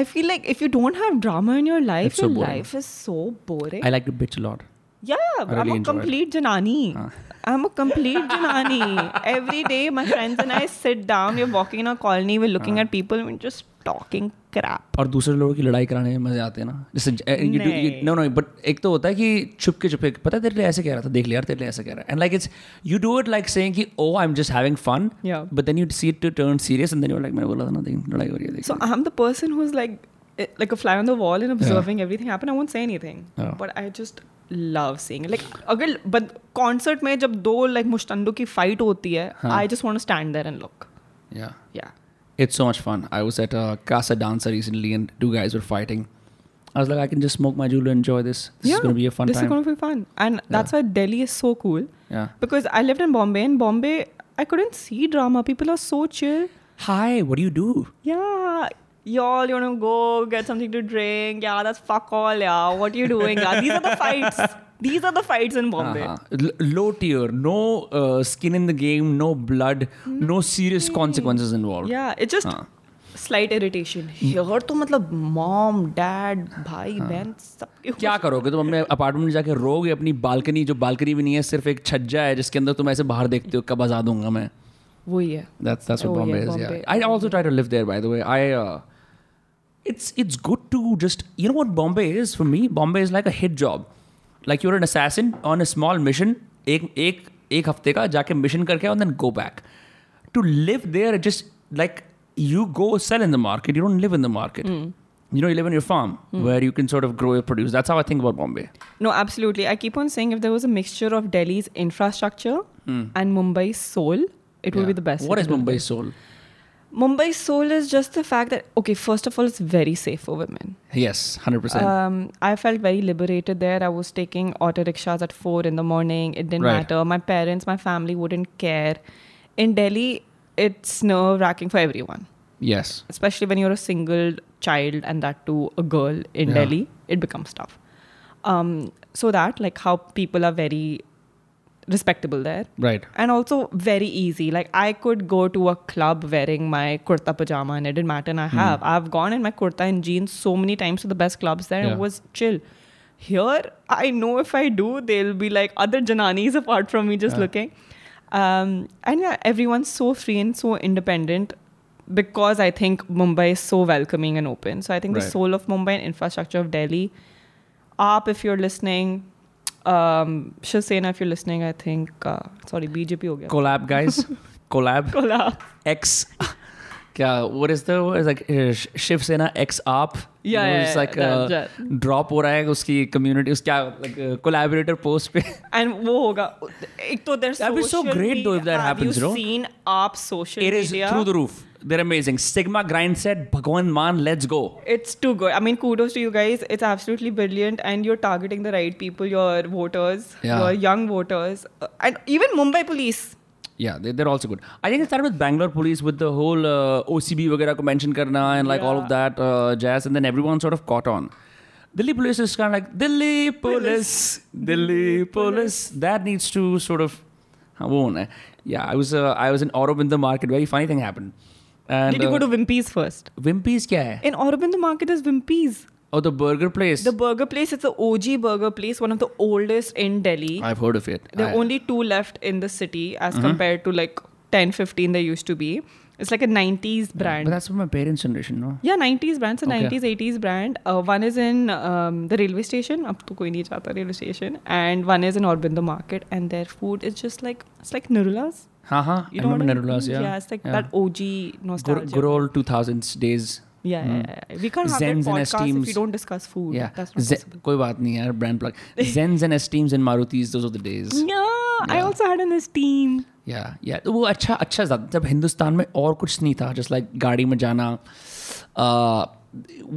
[SPEAKER 2] I feel like if you don't have drama in your life,
[SPEAKER 1] It's so
[SPEAKER 2] your
[SPEAKER 1] boring.
[SPEAKER 2] life is so boring.
[SPEAKER 1] I like to bitch a lot.
[SPEAKER 2] Yeah,
[SPEAKER 1] I
[SPEAKER 2] I'm
[SPEAKER 1] really enjoy
[SPEAKER 2] a
[SPEAKER 1] it.
[SPEAKER 2] complete Janani. I'm a complete Janani. Every day, my friends and I sit down. We're walking in a colony. We're looking at people. and We're just talking crap.
[SPEAKER 1] और दूसरे लोगों की लड़ाई कराने में मजे आते हैं ना जैसे
[SPEAKER 2] नहीं।
[SPEAKER 1] नो नो बट एक तो होता है कि छुप के छुपे पता है तेरे लिए ऐसे कह रहा था देख लिया यार तेरे लिए ऐसे कह रहा है and like it's you do it like saying कि "Oh, oh I am just having fun
[SPEAKER 2] Yeah.
[SPEAKER 1] But then you see it to turn serious and then you like मैंने बोला था ना देख लड़ाई हो रही है देख
[SPEAKER 2] So I'm the person who's like, eh, like a fly on the wall and observing everything happen. I won't say anything,
[SPEAKER 1] Yeah.
[SPEAKER 2] but I just love seeing it. Like, अगर but concert में जब दो like मुश्तंडों की fight होती है,
[SPEAKER 1] हाँ.
[SPEAKER 2] I just want to stand there and look.
[SPEAKER 1] या
[SPEAKER 2] Yeah.
[SPEAKER 1] It's so much fun. I was at a casa dancer recently, and two guys were fighting. I was like, I can just smoke my jewelry and enjoy this. This is
[SPEAKER 2] Yeah,
[SPEAKER 1] going to be a fun
[SPEAKER 2] this
[SPEAKER 1] time.
[SPEAKER 2] is going to be fun, and that's why Delhi is so cool.
[SPEAKER 1] Yeah.
[SPEAKER 2] Because I lived in Bombay, and Bombay, I couldn't see drama. People are so chill.
[SPEAKER 1] Hi, what do you do?
[SPEAKER 2] Yeah, y'all, you wanna go get something to drink? Yeah, that's fuck all. Yeah, what you doing? Yeah, these are the fights. These are the fights in Bombay.
[SPEAKER 1] Uh-huh. L- low tier, no uh, skin in the game, no blood, no serious consequences involved.
[SPEAKER 2] Yeah, it's just
[SPEAKER 1] हाँ.
[SPEAKER 2] slight irritation. Here, तो मतलब mom, dad, भाई,
[SPEAKER 1] Uh-huh.
[SPEAKER 2] बहन सब
[SPEAKER 1] क्या करोगे तुम अपने अपार्टमेंट में जाके रोगे अपनी बालकनी जो बालकनी भी नहीं है सिर्फ एक छज्जा है जिसके अंदर तुम ऐसे बाहर देखते हो कब आज़ाद होऊंगा मैं
[SPEAKER 2] वही है.
[SPEAKER 1] That's that's what
[SPEAKER 2] Oh,
[SPEAKER 1] Bombay
[SPEAKER 2] yeah,
[SPEAKER 1] is.
[SPEAKER 2] Bombay.
[SPEAKER 1] Yeah, I also try to live there. By the way, I uh, it's it's good to just you know what Bombay is for me. Bombay is like a hit job. Like you're an assassin on a small mission. एक एक एक हफ्ते का जाके mission करके आओ and then go back. To live there, it just like you go sell in the market. You don't live in the market.
[SPEAKER 2] Hmm.
[SPEAKER 1] You know, you live on your farm where you can sort of grow your produce. That's how I think about Bombay.
[SPEAKER 2] No, absolutely. I keep on saying if there was a mixture of Delhi's infrastructure and Mumbai's soul, it would be the best.
[SPEAKER 1] Hmm. What
[SPEAKER 2] city
[SPEAKER 1] is
[SPEAKER 2] to live in.
[SPEAKER 1] Mumbai's soul?
[SPEAKER 2] Mumbai's soul is just the fact that okay, first of all, it's very safe for women.
[SPEAKER 1] Yes, hundred percent.
[SPEAKER 2] Um, I felt very liberated there. I was taking auto rickshaws at four in the morning. It didn't
[SPEAKER 1] Right.
[SPEAKER 2] matter. My parents, my family wouldn't care. In Delhi, it's nerve wracking for everyone,
[SPEAKER 1] Yes.
[SPEAKER 2] especially when you're a single child and that too a girl in
[SPEAKER 1] Yeah.
[SPEAKER 2] Delhi. It becomes tough. Um, so that like how people are very respectable there
[SPEAKER 1] Right.
[SPEAKER 2] and also very easy. Like I could go to a club wearing my kurta pajama, and it didn't matter.
[SPEAKER 1] Hmm.
[SPEAKER 2] And I have. I've gone in my kurta and jeans so many times to the best clubs there. and It
[SPEAKER 1] Yeah.
[SPEAKER 2] was chill. Here, I know if I do, they'll be like other jananis apart from me just looking. Um, and yeah, everyone's so free and so independent because I think Mumbai is so welcoming and open. So I think the
[SPEAKER 1] Right.
[SPEAKER 2] soul of Mumbai and infrastructure of Delhi. Aap, if you're listening, um, Shiv Sena, if you're listening, I think uh, sorry, BJP ho gaya.
[SPEAKER 1] Collab guys. Collab.
[SPEAKER 2] Collab.
[SPEAKER 1] X. क्या what is the what is like uh, Sh- Shiv Sena ex आप
[SPEAKER 2] Yeah, yeah,
[SPEAKER 1] it's
[SPEAKER 2] yeah,
[SPEAKER 1] like
[SPEAKER 2] that- that.
[SPEAKER 1] Drop हो रहा है उसकी community उस क्या like collaborator post uh, पे
[SPEAKER 2] And वो होगा. एक तो their
[SPEAKER 1] That'd be so
[SPEAKER 2] social
[SPEAKER 1] great though if
[SPEAKER 2] media-
[SPEAKER 1] that
[SPEAKER 2] Have
[SPEAKER 1] happens,
[SPEAKER 2] you
[SPEAKER 1] you know?
[SPEAKER 2] seen Aap social
[SPEAKER 1] it is
[SPEAKER 2] media?
[SPEAKER 1] through the roof they're amazing sigma grind set भगवान मान let's go
[SPEAKER 2] It's too good. I mean, kudos to you guys. It's absolutely brilliant, and you're targeting the right people, your voters,
[SPEAKER 1] Yeah.
[SPEAKER 2] your young voters, uh, and even Mumbai police.
[SPEAKER 1] yeah they, they're also good I think it started with Bangalore police with the whole uh, OCB वगैरह को mention करना and like all of
[SPEAKER 2] Yeah.
[SPEAKER 1] that uh, jazz and then everyone sort of caught on Delhi police is kind of like Delhi police Delhi police that needs to sort of हाँ, वो होना है yeah I was uh, I was in Aurobindo market very funny thing happened and
[SPEAKER 2] Did you go
[SPEAKER 1] uh,
[SPEAKER 2] to Wimpy's first?
[SPEAKER 1] Wimpy's क्या है
[SPEAKER 2] In Aurobindo Market, there's Wimpy's.
[SPEAKER 1] oh the burger place
[SPEAKER 2] The burger place, it's the OG burger place, one of the oldest in Delhi.
[SPEAKER 1] I've heard of it
[SPEAKER 2] There are
[SPEAKER 1] I- Mm-hmm.
[SPEAKER 2] only two left in the city as compared to like 10, 15 there used to be. It's like a 90s brand.
[SPEAKER 1] but that's from my parents generation no
[SPEAKER 2] Yeah, 90s brand. It's a
[SPEAKER 1] Okay.
[SPEAKER 2] 90s, 80s brand. Uh, one is in um, the railway station. Up to koi nahi chata railway station. And one is in Aurobindo market. And their food is just like, it's like Nirula's.
[SPEAKER 1] हाँ हाँ I remember
[SPEAKER 2] what I mean?
[SPEAKER 1] Nerula's yeah
[SPEAKER 2] Yeah, it's like
[SPEAKER 1] Yeah.
[SPEAKER 2] that OG nostalgia.
[SPEAKER 1] good, good old 2000s days
[SPEAKER 2] yeah, yeah, yeah, yeah. We can't have
[SPEAKER 1] Mm. Zens
[SPEAKER 2] that
[SPEAKER 1] and
[SPEAKER 2] podcast if we
[SPEAKER 1] esteems.
[SPEAKER 2] don't discuss food.
[SPEAKER 1] Yeah.
[SPEAKER 2] That's not
[SPEAKER 1] Ze-
[SPEAKER 2] possible.
[SPEAKER 1] कोई बात नहीं यार brand plug Zens and Esteems and Marutis those are the days
[SPEAKER 2] Yeah, I also had an esteem.
[SPEAKER 1] या या तो वो अच्छा अच्छा था जब हिंदुस्तान में और कुछ नहीं था जस्ट लाइक गाड़ी में जाना uh,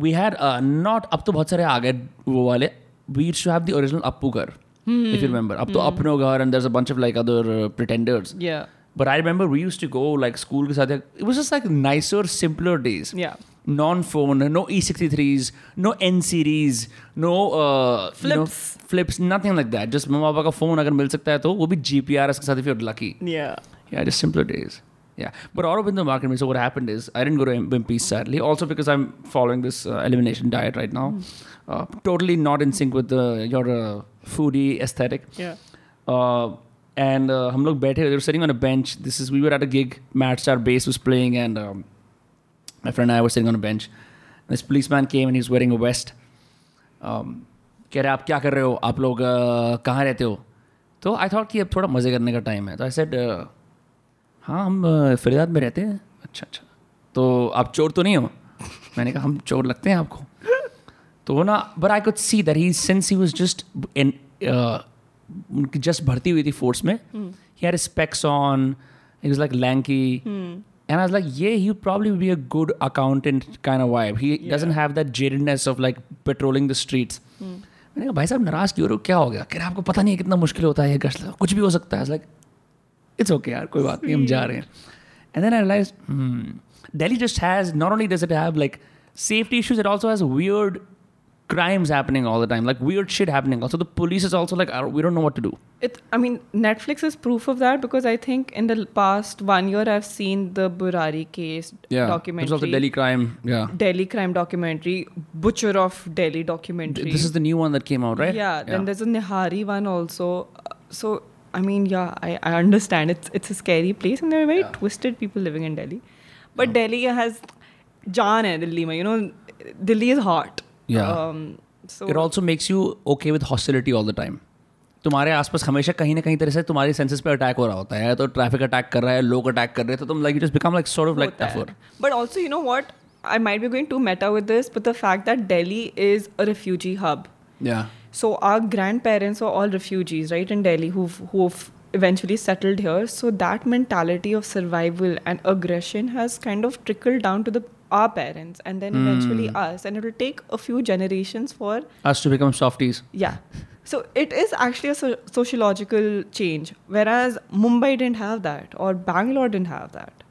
[SPEAKER 1] वी हैड नॉट अब तो बहुत सारे आ गए वो वाले we should have the original Appu Ghar
[SPEAKER 2] Hmm.
[SPEAKER 1] If you remember अब तो Apno Ghar and there a bunch of like other pretenders
[SPEAKER 2] Yeah.
[SPEAKER 1] But I remember we used to go like school के साथ it was just like nicer simpler days
[SPEAKER 2] Yeah.
[SPEAKER 1] non-phone, no E63s, no N series, no uh, you know,
[SPEAKER 2] Flips.
[SPEAKER 1] flips, nothing like that. Just mama papa का phone अगर मिल सकता है तो वो भी GPRS के साथ if you're lucky.
[SPEAKER 2] Yeah.
[SPEAKER 1] Yeah, just simpler days. Yeah, but all up in the market. So what happened is I didn't go to MMP sadly. Also because I'm following this uh, elimination diet right now, uh, totally not in sync with the, your uh, foodie aesthetic.
[SPEAKER 2] Yeah.
[SPEAKER 1] Uh, and uh, हम लोग बैठे we were sitting on a bench. This is we were at a gig. Mad Star Bass was playing, and um, my friend and I were sitting on a bench. This policeman came and he was wearing a vest. Um, कह रहे आप क्या कर रहे हो आप लोग uh, कहाँ रहते हो तो आई थॉट कि अब थोड़ा मज़े करने का टाइम है तो आई सेड हाँ हम uh, फरीदाबाद में रहते हैं अच्छा अच्छा तो आप चोर तो नहीं हो मैंने कहा हम चोर लगते हैं आपको तो वो ना but I could see that he since he was just in uh, उनकी जस्ट भर्ती हुई थी फोर्स में he had specs on he was like lanky and I like ये he probably be a good accountant kind of vibe he doesn't have that jadedness of like patrolling the streets मैंने कहा भाई साहब नाराज क्यों हो रहे हो? क्या हो गया कह रहे आपको पता नहीं है कितना मुश्किल होता है ये गश्त कुछ भी हो सकता है like it's okay yaar, koi baat nahi, hum ja rahe hain. And then I realized, hmm, Delhi just has, not only does it have like safety issues, it also has weird crimes happening all the time, like weird shit happening. Also, the police is also like, "I don't- we don't know what to do.
[SPEAKER 2] It, I mean, Netflix is proof of that because I think in the past one year I've seen the Burari case documentary,
[SPEAKER 1] There's also Delhi crime. Yeah.
[SPEAKER 2] Delhi crime documentary, Butcher of Delhi documentary.
[SPEAKER 1] This is the new one that came out, right?
[SPEAKER 2] Yeah, then there's a Nihari one also. Uh, So I mean, yeah, I, I understand it's it's a scary place and there are very
[SPEAKER 1] Yeah.
[SPEAKER 2] twisted people living in Delhi, but Delhi has Jan hai Delhi mein, you know, Delhi is hot.
[SPEAKER 1] Yeah.
[SPEAKER 2] Um, so
[SPEAKER 1] it also makes you okay with hostility all the time. तुम्हारे आसपास हमेशा कहीं ना कहीं तरह से तुम्हारी senses पे अटैक हो रहा होता है तो ट्रैफिक अटैक कर रहा है लोग अटैक कर रहे हैं तो तुम like you just become like sort of like
[SPEAKER 2] होता है.
[SPEAKER 1] Tougher
[SPEAKER 2] But also, you know what? I might be going too meta with this, but the fact that Delhi is a refugee hub.
[SPEAKER 1] या
[SPEAKER 2] So our grandparents were all refugees, right, in Delhi, who who eventually settled here. So that mentality of survival and aggression has kind of trickled down to the our parents and then eventually us, and it will take a few generations for
[SPEAKER 1] us to become softies
[SPEAKER 2] yeah. So it is actually a so- sociological change, whereas Mumbai didn't have that, or Bangalore didn't have that.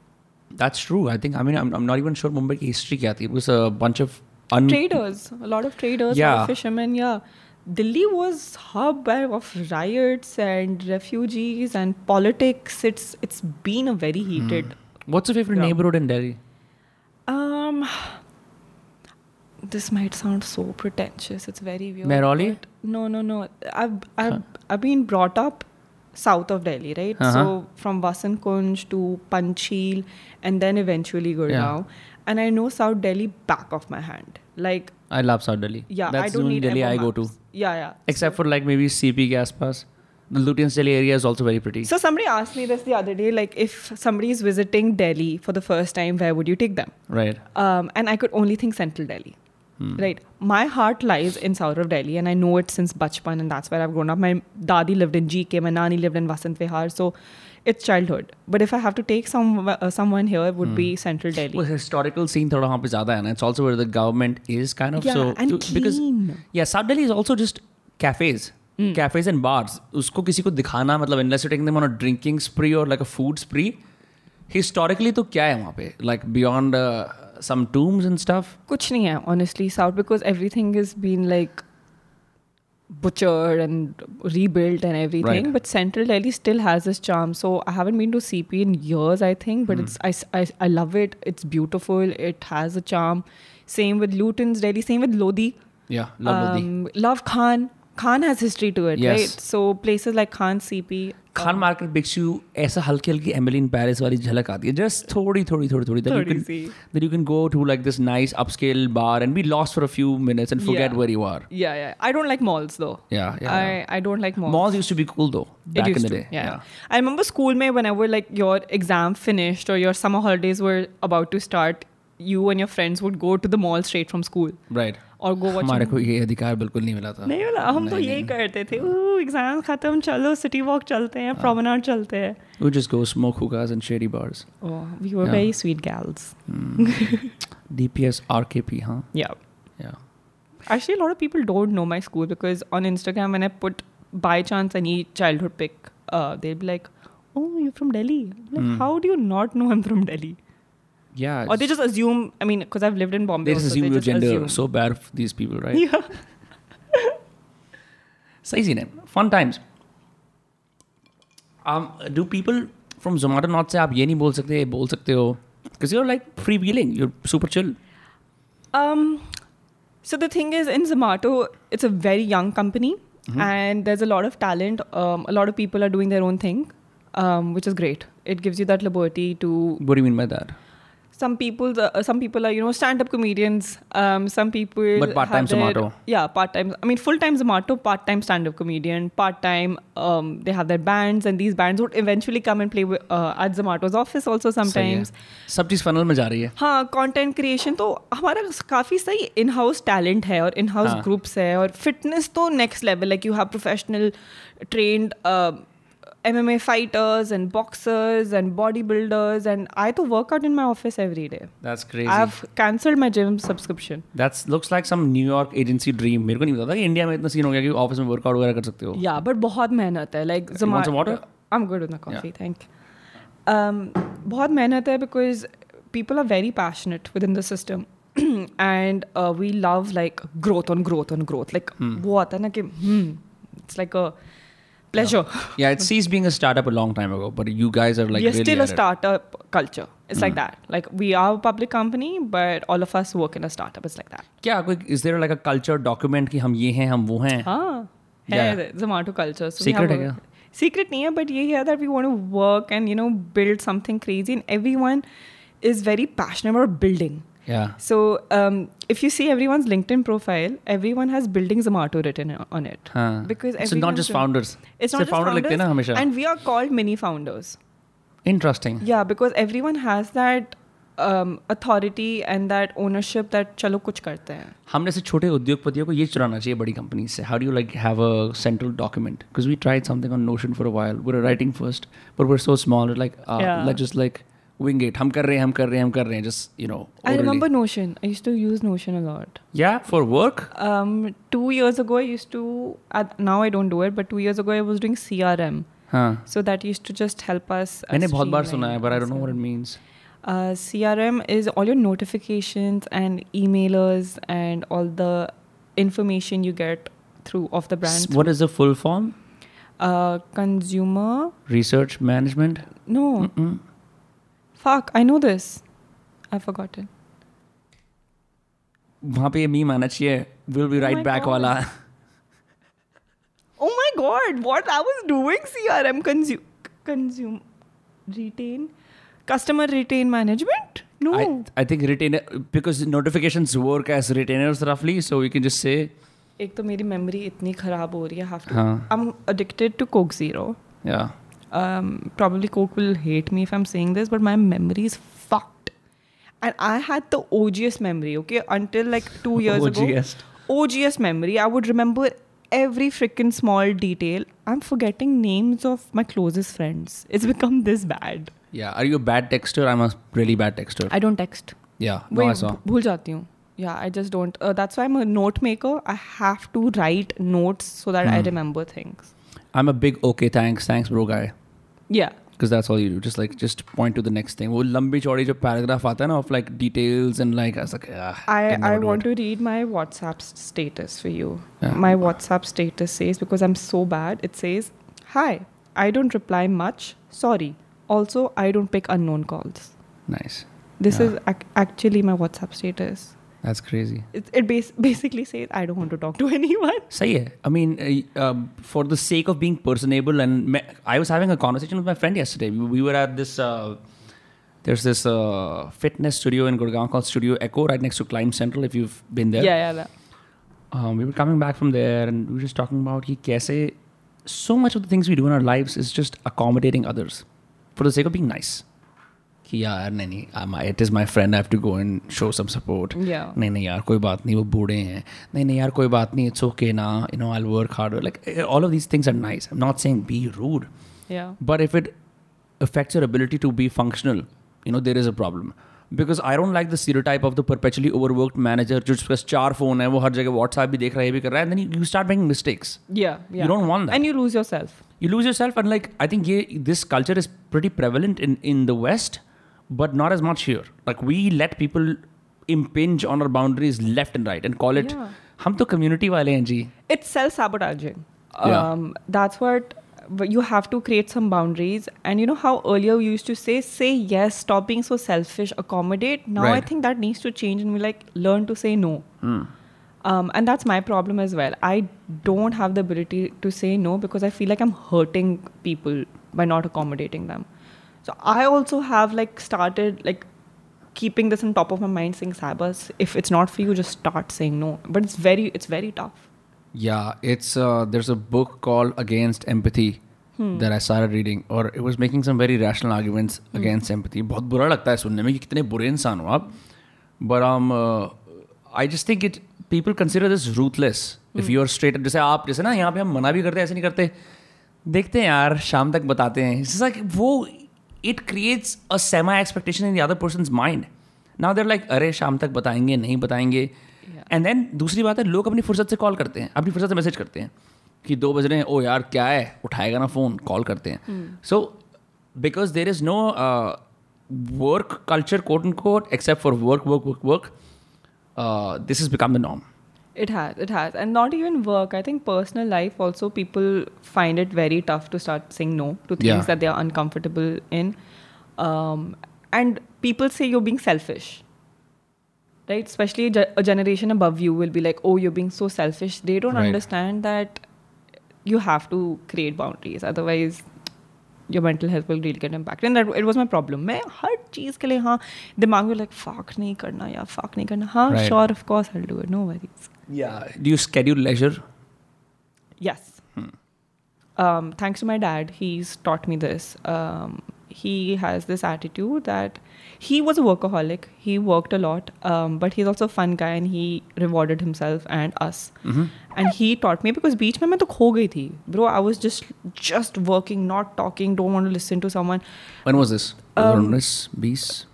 [SPEAKER 1] That's true. I think. I mean, I'm, I'm not even sure Mumbai की history क्या थी. It was a bunch of un.
[SPEAKER 2] Traders, a lot of traders, a lot
[SPEAKER 1] Yeah.
[SPEAKER 2] of fishermen, yeah. Delhi was hub of riots and refugees and politics. It's it's been a very heated.
[SPEAKER 1] What's your favorite
[SPEAKER 2] Yeah.
[SPEAKER 1] neighborhood in Delhi? Hmm.
[SPEAKER 2] Um, this might sound so pretentious. It's very weird.
[SPEAKER 1] Mehrauli?
[SPEAKER 2] but- No, no, no. I've I've I've been brought up south of Delhi, right?
[SPEAKER 1] Uh-huh.
[SPEAKER 2] So from Vasant Kunj to Panchil, and then eventually Gurgaon. And I know South Delhi back of my hand. Like
[SPEAKER 1] I love South Delhi.
[SPEAKER 2] yeah,
[SPEAKER 1] that's
[SPEAKER 2] I
[SPEAKER 1] the
[SPEAKER 2] don't
[SPEAKER 1] only
[SPEAKER 2] need
[SPEAKER 1] Delhi I
[SPEAKER 2] Apple
[SPEAKER 1] go to.
[SPEAKER 2] Maps. Yeah, yeah.
[SPEAKER 1] Except for like maybe CP के आसपास. The Lutyens Delhi area is also very pretty.
[SPEAKER 2] So somebody asked me this the other day, like if somebody is visiting Delhi for the first time, where would you take them?
[SPEAKER 1] right.
[SPEAKER 2] Um, and I could only think Central Delhi.
[SPEAKER 1] Hmm.
[SPEAKER 2] Right. My heart lies in south of Delhi, and I know it since bachpan, and that's where I've grown up. My dadi lived in GK, my nani lived in Vasant Vihar, so it's childhood. But if I have to take some uh, someone here, it would be Central Delhi.
[SPEAKER 1] Hmm. Well, historical scene थोड़ा वहाँ पे ज़्यादा है ना. It's also where the government is kind of
[SPEAKER 2] yeah,
[SPEAKER 1] so
[SPEAKER 2] and
[SPEAKER 1] to- because
[SPEAKER 2] clean.
[SPEAKER 1] yeah, South Delhi is also just cafes.
[SPEAKER 2] Hmm.
[SPEAKER 1] Cafes and bars. उसको किसी को दिखाना मतलब unless you're taking them on a drinking spree or like a food spree. Historically तो क्या है वहाँ पे? Like beyond uh, some tombs and stuff.
[SPEAKER 2] कुछ नहीं है honestly south because everything has been like butchered and rebuilt and everything
[SPEAKER 1] Right.
[SPEAKER 2] but central delhi still has this charm so i haven't been to cp in years i think
[SPEAKER 1] Hmm.
[SPEAKER 2] but it's I, s- I s- I love it it's beautiful it has a charm same with luton's delhi same with lodi
[SPEAKER 1] Yeah, love Lodi.
[SPEAKER 2] Um, love khan khan has history to it
[SPEAKER 1] Yes.
[SPEAKER 2] right so places like khan cp
[SPEAKER 1] Khan market बिक्स you ऐसा हल्की हल्की Emily in Paris वाली झलक आती है just थोड़ी थोड़ी थोड़ी थोड़ी then you
[SPEAKER 2] Thodi
[SPEAKER 1] can
[SPEAKER 2] si.
[SPEAKER 1] Then you can go to like this nice upscale bar and be lost for a few minutes and forget
[SPEAKER 2] Yeah.
[SPEAKER 1] Where you are
[SPEAKER 2] yeah yeah i don't like malls though
[SPEAKER 1] Yeah, yeah,
[SPEAKER 2] i
[SPEAKER 1] yeah.
[SPEAKER 2] i don't like malls
[SPEAKER 1] malls used to be cool though
[SPEAKER 2] It
[SPEAKER 1] back in
[SPEAKER 2] used
[SPEAKER 1] the
[SPEAKER 2] to,
[SPEAKER 1] day
[SPEAKER 2] yeah. I remember school may whenever like your exam finished or your summer holidays were about to start, you and your friends would go to the mall straight from school
[SPEAKER 1] right
[SPEAKER 2] or go watch.
[SPEAKER 1] हमारे को ये अधिकार बिल्कुल नहीं मिला था
[SPEAKER 2] नहीं बोला हम तो यही करते थे "Ooh, exam खत्म चलो city walk चलते हैं promenade चलते हैं
[SPEAKER 1] we just go smoke hookahs and shady bars
[SPEAKER 2] oh we were
[SPEAKER 1] Yeah.
[SPEAKER 2] very sweet gals
[SPEAKER 1] dps rkp हां
[SPEAKER 2] yeah
[SPEAKER 1] yeah
[SPEAKER 2] actually a lot of people don't know my school because on Instagram when I put by chance any childhood pic Hmm. uh, they'll be like oh you're from Delhi I'm like how do you not know I'm from Delhi
[SPEAKER 1] Yeah.
[SPEAKER 2] Or they just assume, I mean, because I've lived in Bombay.
[SPEAKER 1] they just
[SPEAKER 2] also,
[SPEAKER 1] assume your gender.
[SPEAKER 2] assume.
[SPEAKER 1] So bad for these people, right?
[SPEAKER 2] yeah.
[SPEAKER 1] सही scene है fun times do people from Zomato not say आप ये नहीं बोल सकते बोल सकते हो because you're like free वीलिंग you're super chill
[SPEAKER 2] Um, so the thing is, in Zomato, it's a very young company,
[SPEAKER 1] Mm-hmm.
[SPEAKER 2] and there's a lot of talent. Um, a lot of people are doing their own thing, um, which is great. It gives you that liberty to.
[SPEAKER 1] what do you mean by that
[SPEAKER 2] Some people, uh, some people are you know stand-up comedians. Um, some people.
[SPEAKER 1] But part-time
[SPEAKER 2] have their-
[SPEAKER 1] Zomato.
[SPEAKER 2] Yeah, part-time. I mean, full-time Zomato, part-time stand-up comedian, part-time. Um, they have their bands, and these bands would eventually come and play with, uh, at Zomato's office also
[SPEAKER 1] सही है।
[SPEAKER 2] sometimes.
[SPEAKER 1] सब चीज़ funnel में जा रही है
[SPEAKER 2] हाँ content creation तो हमारा काफ़ी सही इन हाउस टैलेंट है और इन हाउस
[SPEAKER 1] हाँ।
[SPEAKER 2] ग्रुप्स है और फिटनेस तो next level like you have professional trained M M A fighters and boxers and body builders and I तो workout in my office every day
[SPEAKER 1] that's
[SPEAKER 2] I have cancelled my gym subscription
[SPEAKER 1] that's looks like some New York agency dream मेरे को नहीं पता था कि India में इतना scene हो गया कि ऑफिस में वर्कआउट वगैरह कर सकते हो
[SPEAKER 2] Yeah, but बहुत मेहनत है like
[SPEAKER 1] You want some water?
[SPEAKER 2] I'm good with my coffee, thank you. Um, बहुत मेहनत है because people are very passionate within the system. and uh, we love like growth on growth on growth. Like वो आता है ना कि hmm, it's like a pleasure.
[SPEAKER 1] या it seize being a startup a long time ago but you guys are like
[SPEAKER 2] we are still a startup culture. It's
[SPEAKER 1] Hmm.
[SPEAKER 2] like that. Like we are a public company, but all of us work in a startup. It's like that.
[SPEAKER 1] क्या कोई is there like a culture document कि हम ये हैं हम वो हैं
[SPEAKER 2] हाँ
[SPEAKER 1] Yeah.
[SPEAKER 2] है जोमेटो कल्चर
[SPEAKER 1] Secret है क्या?
[SPEAKER 2] सीक्रेट नहीं है बट यही है that we want to work and you know build something crazy and everyone is very passionate about building
[SPEAKER 1] या
[SPEAKER 2] so um, if you see everyone's LinkedIn profile everyone has building Zomato written on it
[SPEAKER 1] हाँ
[SPEAKER 2] Because
[SPEAKER 1] it's not
[SPEAKER 2] everyone's
[SPEAKER 1] just
[SPEAKER 2] doing-
[SPEAKER 1] founders
[SPEAKER 2] It's not just
[SPEAKER 1] founder लिखते हैं ना
[SPEAKER 2] founders,
[SPEAKER 1] हमेशा
[SPEAKER 2] And we are called mini founders.
[SPEAKER 1] Interesting
[SPEAKER 2] Yeah, because everyone has that um, authority and that ownership that चलो कुछ करते हैं.
[SPEAKER 1] हम जैसे छोटे उद्योगपतियों को ये चुराना चाहिए बड़ी कंपनी से how do like have a central document because we tried something on Notion for a while we are writing first but we are so small like
[SPEAKER 2] Yeah.
[SPEAKER 1] Like just like wing it हम कर रहे हैं हम कर रहे हैं हम कर रहे हैं just you know
[SPEAKER 2] I remember Notion. I used to use Notion a lot.
[SPEAKER 1] या for work
[SPEAKER 2] um, two years ago i used to uh, now i don't do it but two years ago i was doing crm
[SPEAKER 1] हाँ
[SPEAKER 2] so that used to just help us uh,
[SPEAKER 1] मैंने बहुत बार सुना है
[SPEAKER 2] streamline
[SPEAKER 1] but I don't know
[SPEAKER 2] things.
[SPEAKER 1] What it means
[SPEAKER 2] uh, crm is all your notifications and emailers and all the information you get through of the brand
[SPEAKER 1] what is the full form
[SPEAKER 2] uh, consumer
[SPEAKER 1] research management
[SPEAKER 2] no fuck i know this i've forgotten
[SPEAKER 1] वहाँ पे ये meme आना चाहिए will be
[SPEAKER 2] Oh
[SPEAKER 1] right
[SPEAKER 2] my
[SPEAKER 1] back
[SPEAKER 2] God.
[SPEAKER 1] वाला
[SPEAKER 2] oh my god what i was doing crm consume consume retain customer retain management no
[SPEAKER 1] I think retainer because notifications work as retainers रफली so you can just say
[SPEAKER 2] एक तो मेरी memory इतनी खराब हो रही है हैव टू
[SPEAKER 1] हाँ
[SPEAKER 2] I am addicted to Coke Zero
[SPEAKER 1] या
[SPEAKER 2] Um, probably coke will hate me if i'm saying this but my memory is fucked and i had the ogst memory okay until like 2 years
[SPEAKER 1] OGS.
[SPEAKER 2] ago ogst memory i would remember every freaking small detail i'm forgetting names of my closest friends it's become this bad
[SPEAKER 1] Yeah. Are you a bad texter? I'm a really bad texter.
[SPEAKER 2] i don't text
[SPEAKER 1] yeah. No, I
[SPEAKER 2] Wait,
[SPEAKER 1] saw.
[SPEAKER 2] भू- भूल जाती हूँ या I just don't that's why I am a note maker I have to write notes so that
[SPEAKER 1] Hmm.
[SPEAKER 2] I remember things
[SPEAKER 1] I'm a big okay, thanks, thanks, bro guy.
[SPEAKER 2] या
[SPEAKER 1] Because that's all you do. Just like, just point to the next thing. वो लंबी चौड़ी जो paragraph आता है ना of like details and like, I was like, ah.
[SPEAKER 2] I,
[SPEAKER 1] cannot
[SPEAKER 2] I
[SPEAKER 1] do
[SPEAKER 2] want
[SPEAKER 1] it.
[SPEAKER 2] to read my WhatsApp s- status for you.
[SPEAKER 1] Yeah.
[SPEAKER 2] My WhatsApp status says, because I'm so bad, it says, Hi, I don't reply much. Sorry. Also, I don't pick unknown calls.
[SPEAKER 1] Nice.
[SPEAKER 2] This
[SPEAKER 1] Yeah.
[SPEAKER 2] is ac- actually my WhatsApp status.
[SPEAKER 1] That's crazy.
[SPEAKER 2] It, it bas- basically says, I don't want to talk to anyone.
[SPEAKER 1] सही है I mean for the sake of being personable and I was having a conversation with my friend yesterday we were at this uh, there's this uh, fitness studio in Gurgaon called Studio Echo right next to Climb Central if you've been there.
[SPEAKER 2] Yeah, yeah, yeah.
[SPEAKER 1] um, we were coming back from there and we were just talking about he kaise so much of the things we do in our lives is just accommodating others for the sake of being nice. कि यार नहीं नहीं I'm- it is my friend I have to go and show some support.
[SPEAKER 2] Yeah.
[SPEAKER 1] नहीं नहीं यार कोई बात नहीं वो बूढ़े हैं नहीं नहीं यार कोई बात नहीं it's okay ना you know I'll work harder like eh, all of these things are nice I'm not saying be rude
[SPEAKER 2] Yeah.
[SPEAKER 1] but if it affects your ability to be functional, you know, there is a problem. Because I don't like the stereotype of the perpetually overworked manager जिसके पास चार phone है वो हर जगह WhatsApp भी देख रहा है ये भी कर रहा है and then you- you start making mistakes.
[SPEAKER 2] Yeah, yeah.
[SPEAKER 1] You don't want that.
[SPEAKER 2] And you lose yourself.
[SPEAKER 1] you lose yourself and like I think ये, this culture is pretty prevalent in in the West but not as much here. Like we let people impinge on our boundaries left and right and call it
[SPEAKER 2] Yeah.
[SPEAKER 1] hum to community wale hain ji.
[SPEAKER 2] it's self-sabotaging
[SPEAKER 1] Yeah.
[SPEAKER 2] um, that's what but you have to create some boundaries and you know how earlier we used to say say yes stop being so selfish accommodate now i
[SPEAKER 1] Right. Hmm.
[SPEAKER 2] think that needs to change and we like learn to say no um, and that's my problem as well i don't have the ability to say no because i feel like i'm hurting people by not accommodating them so i also have like started like keeping this on top of my mind saying sabas if it's not for you just start saying no but it's very it's very tough
[SPEAKER 1] Yeah, it's uh, there's a book called Against Empathy that I started reading, और it was making some very rational arguments against empathy. बहुत बुरा लगता है सुनने में कि कितने बुरे इंसान हो आप. But um, uh, I just think it people consider this ruthless. If you are straight up, जैसे आप जैसे ना यहाँ पे हम मना भी करते हैं ऐसे नहीं करते देखते हैं यार शाम तक बताते हैं It's like वो it creates a semi expectation in the other person's mind. Now they're like अरे शाम तक बताएंगे नहीं बताएंगे एंड देन दूसरी बात है लोग अपनी फुर्सत से कॉल करते हैं अपनी फुर्सत से मैसेज करते हैं कि दो बज रहे हैं ओ यार क्या है उठाएगा ना फ़ोन कॉल करते हैं so because there is no uh, work culture quote and quote except for work work work work this is become the norm
[SPEAKER 2] It has, it has. And not even work. I think personal life also, people find it very tough to start saying no to things
[SPEAKER 1] Yeah.
[SPEAKER 2] that they are uncomfortable in. Um, and people say you're being selfish. Right? Especially a, ge- a generation above you will be like, oh, you're being so selfish. They don't
[SPEAKER 1] Right.
[SPEAKER 2] understand that you have to create boundaries. Otherwise, your mental health will really get impacted. And that it was my problem. मैं हर चीज़ के लिए हाँ दिमाग में like fuck नहीं करना या fuck नहीं करना हाँ
[SPEAKER 1] Right.
[SPEAKER 2] sure of course I'll do it no worries
[SPEAKER 1] या do you schedule leisure
[SPEAKER 2] Yes. Um, thanks to my dad, he's taught me this. Um, he has this attitude that he was a workaholic. He worked a lot, um, but he's also a fun guy and he rewarded himself and us. And he taught me because beach mein main to kho gayi thi. Bro, I was just just working, not talking, don't want to listen to someone.
[SPEAKER 1] One was this बीस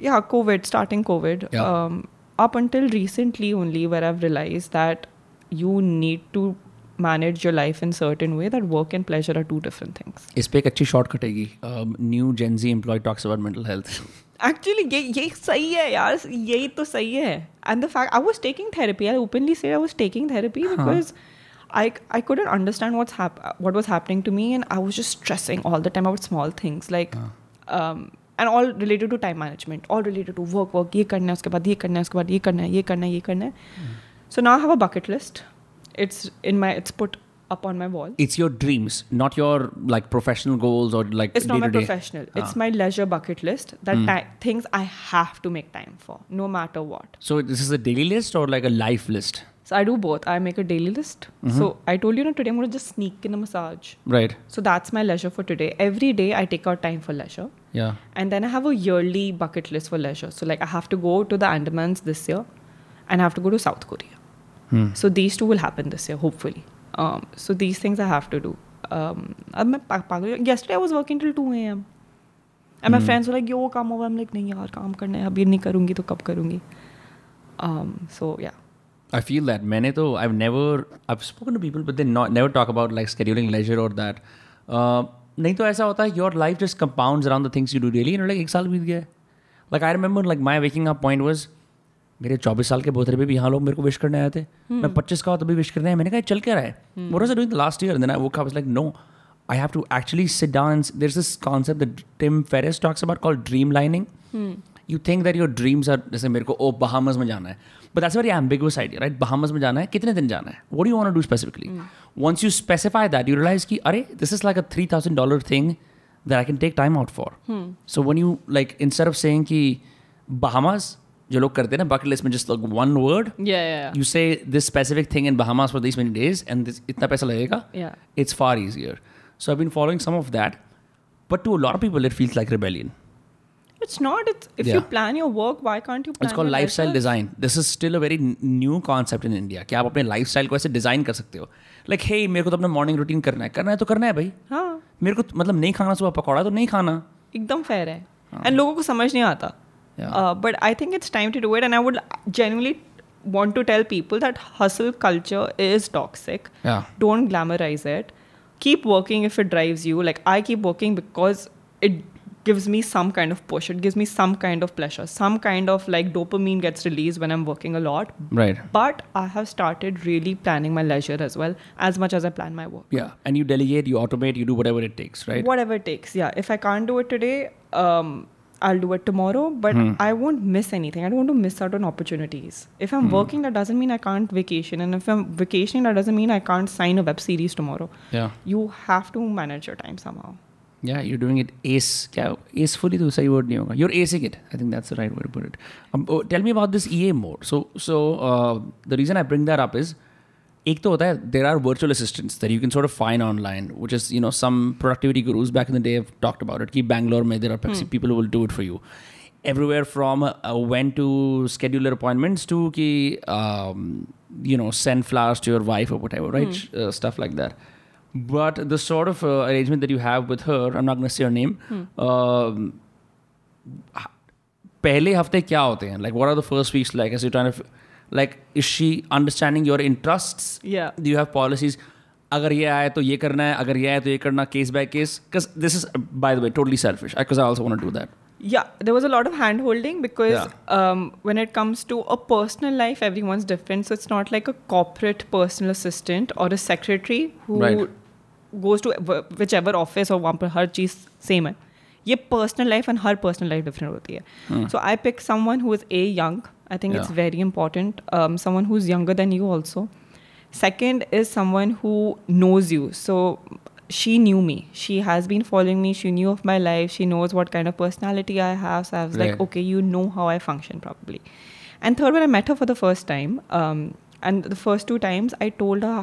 [SPEAKER 2] yeah, COVID, starting COVID,
[SPEAKER 1] Yeah.
[SPEAKER 2] um, up until recently only, where I've realized that you need to manage your life in certain way that work and pleasure are two different things.
[SPEAKER 1] इस पर एक अच्छी short कटेगी Um, new Gen Z employee talks about mental health
[SPEAKER 2] Actually, ये ये सही है यार यही तो सही है and the fact I was taking therapy I openly said I was taking therapy because I I couldn't understand what's hap- what was happening to me and I was just stressing all the time about small things like um, and all related to time management all related to work work ये करना है उसके बाद ये करना है उसके बाद ये करना है ये करना है ये करना है so now I have a bucket list it's in my it's put up on my wall
[SPEAKER 1] it's your dreams not your like professional goals or like
[SPEAKER 2] It's not my
[SPEAKER 1] day-to-day.
[SPEAKER 2] professional. It's
[SPEAKER 1] Ah.
[SPEAKER 2] my leisure bucket list. That ti- things I have to make time for, no matter what.
[SPEAKER 1] so this is a daily list or like a life list
[SPEAKER 2] So I do both. I make a daily list. So I told you, you know, today I'm gonna just sneak in a massage.
[SPEAKER 1] right
[SPEAKER 2] So that's my leisure for today. Every day I take out time for leisure.
[SPEAKER 1] yeah
[SPEAKER 2] And then I have a yearly bucket list for leisure. So like I have to go to the Andamans this year, and I have to go to South Korea.
[SPEAKER 1] Hmm.
[SPEAKER 2] So these two will happen this year, hopefully. Um, so these things I have to do. Um, अब मैं पा- पागल- yesterday I was working till 2 a.m. And
[SPEAKER 1] Hmm.
[SPEAKER 2] my friends were like, "Yo, come over." I'm like, "नहीं यार, काम करना है. अभी नहीं करूँगी तो कब करूँगी?" Um, so yeah.
[SPEAKER 1] i feel that many though i've never i've spoken to people but they not, never talk about like scheduling leisure or that uh, नहीं तो ऐसा होता है your life just compounds around the things you do daily like एक साल बीत गया like I remember like my waking up point was मेरे चौबीस साल के बोतरे पे भी यहाँ लोग मेरे को विश करने आए थे मैं पच्चीस का हुआ तभी विश करने आया मैंने कहा "ये चल क्या रहा है what doing the last year then I woke like no I have to actually sit down there is this concept that Tim Ferriss talks about call dreamlining you think that your dreams are जैसे मेरे को ओ Bahamas में जाना है but that's very ambiguous idea right Bahamas में जाना है कितने दिन जाना है what you want do specifically once you specify that you realise कि अरे this is like a three thousand dollar thing that I can take time out for. So when you like instead of saying ki Bahamas, जो लोग करते हैं ना bucket list में just like one word,
[SPEAKER 2] Yeah, yeah,
[SPEAKER 1] you say this specific thing in Bahamas for these many days and this इतना पैसा लगेगा.
[SPEAKER 2] yeah.
[SPEAKER 1] It's far easier. So I've been following some of that, but to a lot of people it feels like rebellion.
[SPEAKER 2] It's not. It's if you
[SPEAKER 1] Yeah.
[SPEAKER 2] plan your work, why can't you? Plan
[SPEAKER 1] It's called
[SPEAKER 2] your
[SPEAKER 1] lifestyle
[SPEAKER 2] leisure?
[SPEAKER 1] design. This is still a very n- new concept in India कि आप अपने lifestyle को ऐसे design कर सकते हो. Like hey मेरे को तो अपना morning routine करना है. करना है तो करना है भाई.
[SPEAKER 2] हाँ,
[SPEAKER 1] मेरे को तो- मतलब नहीं खाना सुबह पकौड़ा तो नहीं खाना.
[SPEAKER 2] एकदम fair है. And लोगों को समझ नहीं आता.
[SPEAKER 1] हाँ। Yeah.
[SPEAKER 2] Uh, but I think it's time to do it. And I would genuinely want to tell people that hustle culture is toxic.
[SPEAKER 1] yeah.
[SPEAKER 2] Don't glamorize it. Keep working if it drives you. Like, I keep working because it gives me some kind of push. It gives me some kind of pleasure. Some kind of like dopamine gets released when I'm working a lot.
[SPEAKER 1] Right.
[SPEAKER 2] But I have started really planning my leisure as well, as much as I plan my work.
[SPEAKER 1] Yeah. And you delegate, you automate, you do whatever it takes, right?
[SPEAKER 2] Whatever it takes. Yeah. If I can't do it today, um, I'll do it tomorrow, but
[SPEAKER 1] Hmm.
[SPEAKER 2] I won't miss anything. I don't want to miss out on opportunities. If I'm
[SPEAKER 1] Hmm.
[SPEAKER 2] working, that doesn't mean I can't vacation. And if I'm vacationing, that doesn't mean I can't sign a web series tomorrow.
[SPEAKER 1] Yeah.
[SPEAKER 2] You have to manage your time somehow.
[SPEAKER 1] Yeah, you're doing it ace. क्या acefully तो सही word नहीं होगा. You're acing it. I think that's the right way to put it. Um, oh, tell me about this EA mode. So, so uh, the reason I bring that up is एक तो होता है there are virtual assistants that you can sort of find online, which is you know some productivity gurus back in the day have talked about it. कि Bangalore में there are pe- people who will do it for you. Everywhere from uh, when to schedule your appointments to कि um, you know send flowers to your wife or whatever, right? Uh, stuff like that. But the sort of uh, arrangement that you have with her, I'm not going to say her name. um, h- पहले हफ्ते क्या होते हैं like what are the first weeks like as you're trying to f- like is she understanding your interests
[SPEAKER 2] Yeah.
[SPEAKER 1] do you have policies अगर ये आए तो ये करना है अगर ये आए तो ये करना case by case because this is by the way totally selfish because I also want to do that
[SPEAKER 2] Yeah, there was a lot of hand holding because
[SPEAKER 1] Yeah.
[SPEAKER 2] um, when it comes to a personal life, everyone's different. So it's not like a corporate personal assistant or a secretary who
[SPEAKER 1] Right.
[SPEAKER 2] goes to wh- whichever office or one her cheese same है. ये personal life and her personal life different होती है. So I picked someone who is a young. I think it's
[SPEAKER 1] Yeah.
[SPEAKER 2] very important. Um, someone who's younger than you also. Second is someone who knows you. So she knew me. She has been following me. She knew of my life. She knows what kind of personality I have. So I was like,
[SPEAKER 1] Right.
[SPEAKER 2] okay, you know how I function probably. And third, when I met her for the first time, um, and the first two times, I told her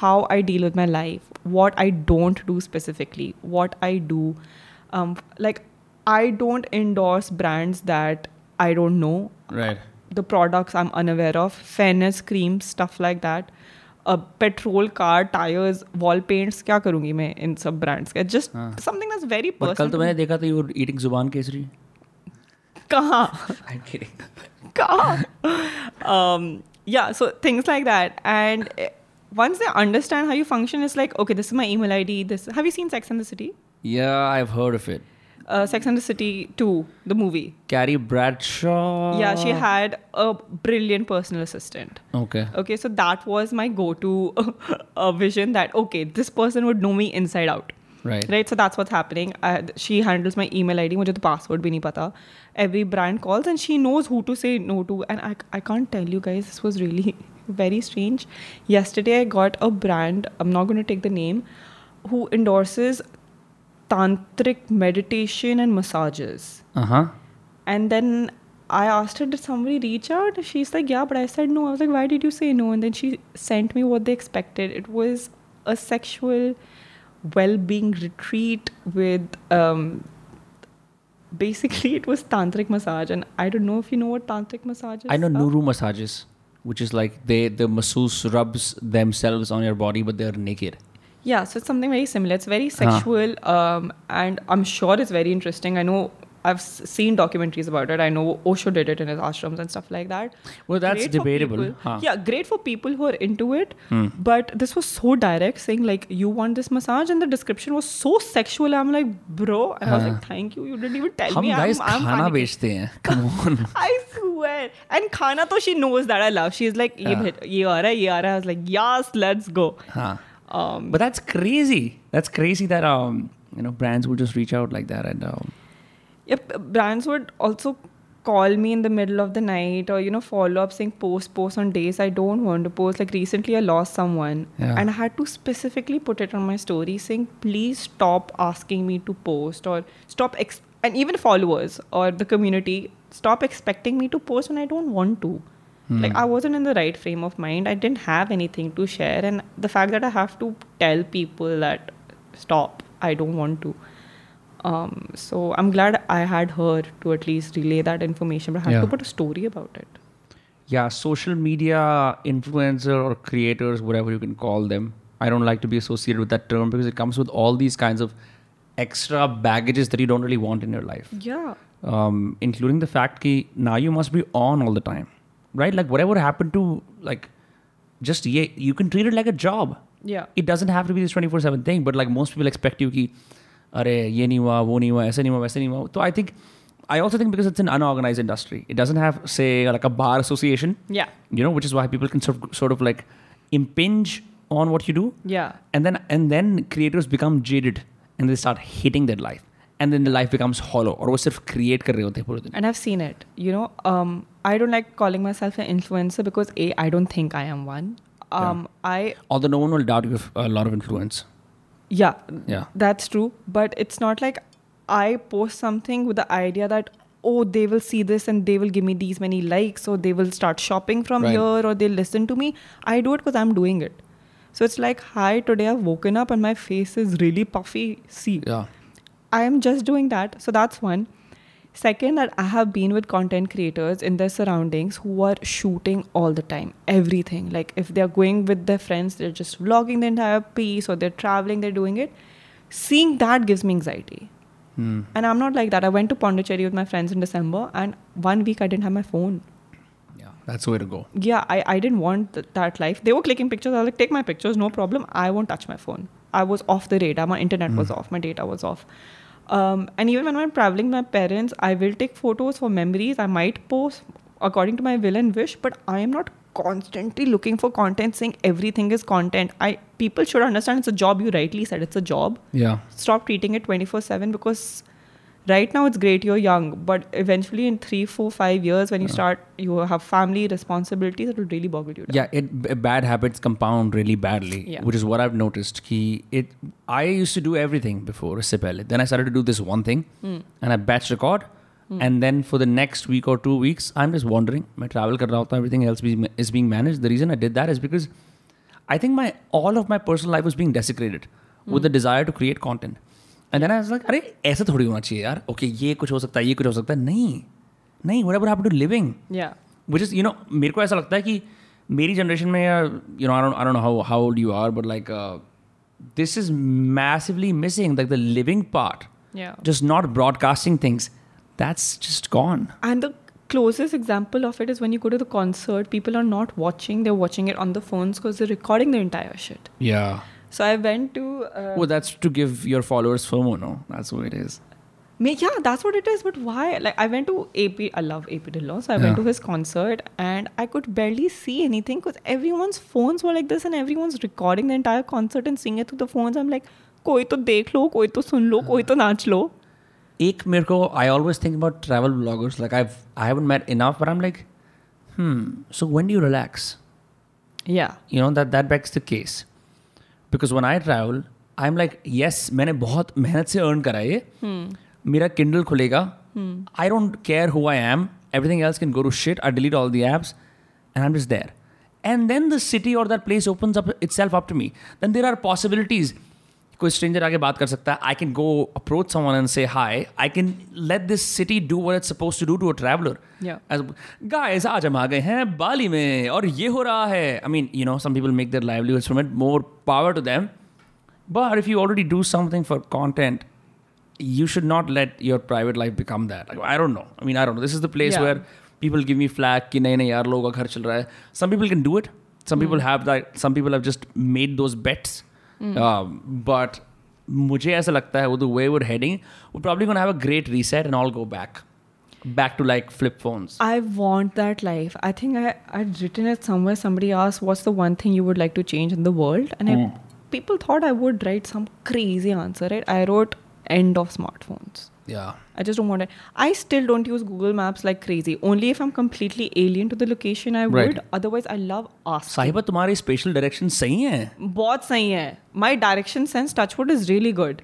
[SPEAKER 2] how I deal with my life, what I don't do specifically, what I do. Um, like, I don't endorse brands that I don't know
[SPEAKER 1] right
[SPEAKER 2] the products I'm unaware of, fairness creams, stuff like that. A petrol, car, tires, wall paints, क्या करूँगी मैं इन सब brands का? Just something that's very
[SPEAKER 1] पर कल तो
[SPEAKER 2] personal.
[SPEAKER 1] मैंने देखा था you were eating जुबान केसरी
[SPEAKER 2] कहाँ?
[SPEAKER 1] I'm kidding
[SPEAKER 2] कहाँ? um, yeah, so things like that. And eh, once they understand how you function, it's like, okay, this is my email ID. This Have you seen Sex and the City?
[SPEAKER 1] yeah I've heard of it
[SPEAKER 2] Uh, Sex and the City 2, the movie.
[SPEAKER 1] Carrie Bradshaw
[SPEAKER 2] yeah, she had a brilliant personal assistant.
[SPEAKER 1] okay
[SPEAKER 2] Okay, so that was my go to uh, vision that, okay, this person would know me inside out.
[SPEAKER 1] right
[SPEAKER 2] Right, so that's what's happening. I, she handles my email ID. मुझे तो password भी नहीं पता. Every brand calls and she knows who to say no to. And I, I can't tell you guys, this was really very strange. Yesterday I got a brand. I'm not going to take the name, who endorses tantric meditation and massages.
[SPEAKER 1] uh huh
[SPEAKER 2] And then I asked her, did somebody reach out? She's like, yeah, but I said no. I was like, why did you say no? And then she sent me what they expected. It was a sexual well being retreat with. Um, Basically, it was tantric massage, and I don't know if you know what tantric massage is.
[SPEAKER 1] I know
[SPEAKER 2] Uh,
[SPEAKER 1] Nuru massages, which is like they the masseuse rubs themselves on your body, but they're naked.
[SPEAKER 2] Yeah, so it's something very similar. It's
[SPEAKER 1] Uh-huh.
[SPEAKER 2] very sexual, um, and I'm sure it's very interesting. I know I've s- seen documentaries about it. I know Osho did it in his ashrams and stuff like that.
[SPEAKER 1] Well, that's
[SPEAKER 2] for
[SPEAKER 1] debatable,
[SPEAKER 2] people-
[SPEAKER 1] huh. Hmm.
[SPEAKER 2] Yeah, great for people who are into it. But this was so direct, saying like, "You want this massage," and the description was so sexual. I'm like, "Bro," and I was like, "Thank you. You didn't even tell
[SPEAKER 1] हम
[SPEAKER 2] me."
[SPEAKER 1] guys
[SPEAKER 2] I'm, I'm
[SPEAKER 1] खाना
[SPEAKER 2] panicking."
[SPEAKER 1] बेचते हैं. Come on.
[SPEAKER 2] I swear. And Khana, though she knows that I love. She's like, "ये
[SPEAKER 1] Yeah.
[SPEAKER 2] bhet- ये आ रहा है, ये आ रहा है." I was like, "Yes, let's go."
[SPEAKER 1] Huh.
[SPEAKER 2] Um,
[SPEAKER 1] But that's crazy. That's crazy that um you know brands will just reach out like that and um,
[SPEAKER 2] Yep, brands would also call me in the middle of the night or you know follow up saying post post on days I don't want to post. Like recently, I lost someone
[SPEAKER 1] Yeah.
[SPEAKER 2] and I had to specifically put it on my story saying please stop asking me to post or stop ex- and even followers or the community stop expecting me to post when I don't want to. Like I wasn't in the right frame of mind. I didn't have anything to share, and the fact that I have to tell people that stop, I don't want to. Um, so I'm glad I had her to at least relay that information, but I had
[SPEAKER 1] Yeah.
[SPEAKER 2] to put a story about it.
[SPEAKER 1] yeah, social media influencer or creators, whatever you can call them. I don't like to be associated with that term because it comes with all these kinds of extra baggages that you don't really want in your life.
[SPEAKER 2] Yeah.
[SPEAKER 1] um, including the fact that now you must be on all the time, right? Like whatever happened to like just yeah, you can treat it like a job.
[SPEAKER 2] Yeah.
[SPEAKER 1] It doesn't have to be this twenty four seven thing, but like most people expect you ki अरे ये नहीं हुआ वो नहीं हुआ ऐसे नहीं हुआ वैसे नहीं हुआ तो I think I also think because it's an unorganised industry it doesn't have say like a bar association
[SPEAKER 2] Yeah.
[SPEAKER 1] you know, which is why people can sort of, sort of like impinge on what you do,
[SPEAKER 2] Yeah.
[SPEAKER 1] and then and then creators become jaded and they start hating their life, and then the life becomes hollow. Or वो सिर्फ create कर रहे होते हैं पूरे दिन.
[SPEAKER 2] And I've seen it. You know, um, I don't like calling myself an influencer because A, I don't think I am one. Um, I,
[SPEAKER 1] Although no one will doubt you have a lot of influence.
[SPEAKER 2] yeah,
[SPEAKER 1] Yeah.
[SPEAKER 2] that's true. But it's not like I post something with the idea that, oh, they will see this and they will give me these many likes or they will start shopping from
[SPEAKER 1] Right.
[SPEAKER 2] here or they'll listen to me. I do it because I'm doing it. So it's like, hi, today I've woken up and my face is really puffy. See,
[SPEAKER 1] Yeah.
[SPEAKER 2] I am just doing that. So that's one. Second, that I have been with content creators in their surroundings who are shooting all the time, everything. Like if they're going with their friends, they're just vlogging the entire piece or they're traveling, they're doing it. Seeing that gives me anxiety.
[SPEAKER 1] Hmm.
[SPEAKER 2] And I'm not like that. I went to Pondicherry with my friends in December and one week I didn't have my phone.
[SPEAKER 1] Yeah. That's the way to go.
[SPEAKER 2] Yeah, I, I didn't want th- that life. They were clicking pictures. I was like, take my pictures, no problem. I won't touch my phone. I was off the radar. My internet was off. My data was off. Um, and even when I'm traveling with my parents, I will take photos for memories. I might post according to my will and wish, but I am not constantly looking for content saying everything is content. I people should understand it's a job. You rightly said it's a job
[SPEAKER 1] Yeah.
[SPEAKER 2] stop treating it 24 7 because right now it's great you're young but eventually in three, four, five years when you start you have family responsibilities it will really boggle you down
[SPEAKER 1] Yeah, it b- bad habits compound really badly,
[SPEAKER 2] Yeah.
[SPEAKER 1] which is what I've noticed. Ki it, I used to do everything before इससे पहले. Then I started to do this one thing, and I batch record, and then for the next week or two weeks, I'm just wandering. My travel kar raha hota, everything else be, is being managed. The reason I did that is because I think my all of my personal life was being desecrated with the desire to create content. And then I was like, अरे ऐसा थोड़ी होना चाहिए यार. Okay, ये कुछ हो सकता है, ये कुछ हो सकता है. नहीं, नहीं. Whatever happened to living?
[SPEAKER 2] yeah
[SPEAKER 1] which is you know मेरे को ऐसा लगता है कि मेरी जनरेशन में you know I I don't know how how old you are but like this is massively missing like the living part
[SPEAKER 2] yeah
[SPEAKER 1] just not broadcasting things that's just gone
[SPEAKER 2] and the closest example of it is when you go to the concert people are not watching they're watching it on the phones because they're recording the entire shit
[SPEAKER 1] या
[SPEAKER 2] so i went to uh,
[SPEAKER 1] well that's to give your followers FOMO no that's what it is
[SPEAKER 2] May, yeah, that's what it is. But why? Like, I went to AP. I love AP Dillon, so I
[SPEAKER 1] Yeah.
[SPEAKER 2] went to his concert, and I could barely see anything because everyone's phones were like this, and everyone's recording the entire concert and singing it through the phones. I'm like, कोई तो देख लो, कोई तो सुन लो, कोई तो नाच लो.
[SPEAKER 1] एक मेरे को I always think about travel bloggers like I I haven't met enough but I am like hmm so when do you relax
[SPEAKER 2] Yeah,
[SPEAKER 1] you know that that begs the case because when i travel i'm like yes मैंने बहुत मेहनत से earn करा है ये मेरा kindle खुलेगा i don't care who i am everything else can go to shit i delete all the apps and i'm just there and then the city or that place opens up itself up to me then there are possibilities कोई stranger आके बात कर सकता है I can go approach someone and say hi I can let this city do what it's suppose to do to a traveller
[SPEAKER 2] Yeah.
[SPEAKER 1] Guys आज हम आ गए हैं बाली में और ये हो रहा है I mean you know some people make their livelihoods from it more power to them but if you already do something for content you should not let your private life become that I don't know I mean I don't know this is the place
[SPEAKER 2] Yeah.
[SPEAKER 1] Where people give me flag कि नहीं नहीं यार लोगों का घर चल रहा है some people can do it some people have that some people have just made those bets but Uh, मुझे ऐसा लगता है वो तो द वे वुड हेडिंग वो probably gonna have a great reset and all go back back to like flip phones
[SPEAKER 2] I want that life. I think I I'd written it somewhere. Somebody asked, "What's the one thing you would like to change in the world?" And I, people thought I would write some crazy answer. Right? I wrote end of smartphones.
[SPEAKER 1] Yeah.
[SPEAKER 2] I just don't want it. I still don't use Google Maps like crazy. Only if I'm completely alien to the location I
[SPEAKER 1] Right.
[SPEAKER 2] would. Otherwise, I love asking.
[SPEAKER 1] Sahiba तुम्हारे special direction सही हैं
[SPEAKER 2] बहुत सही है My direction sense, touchwood, is really good.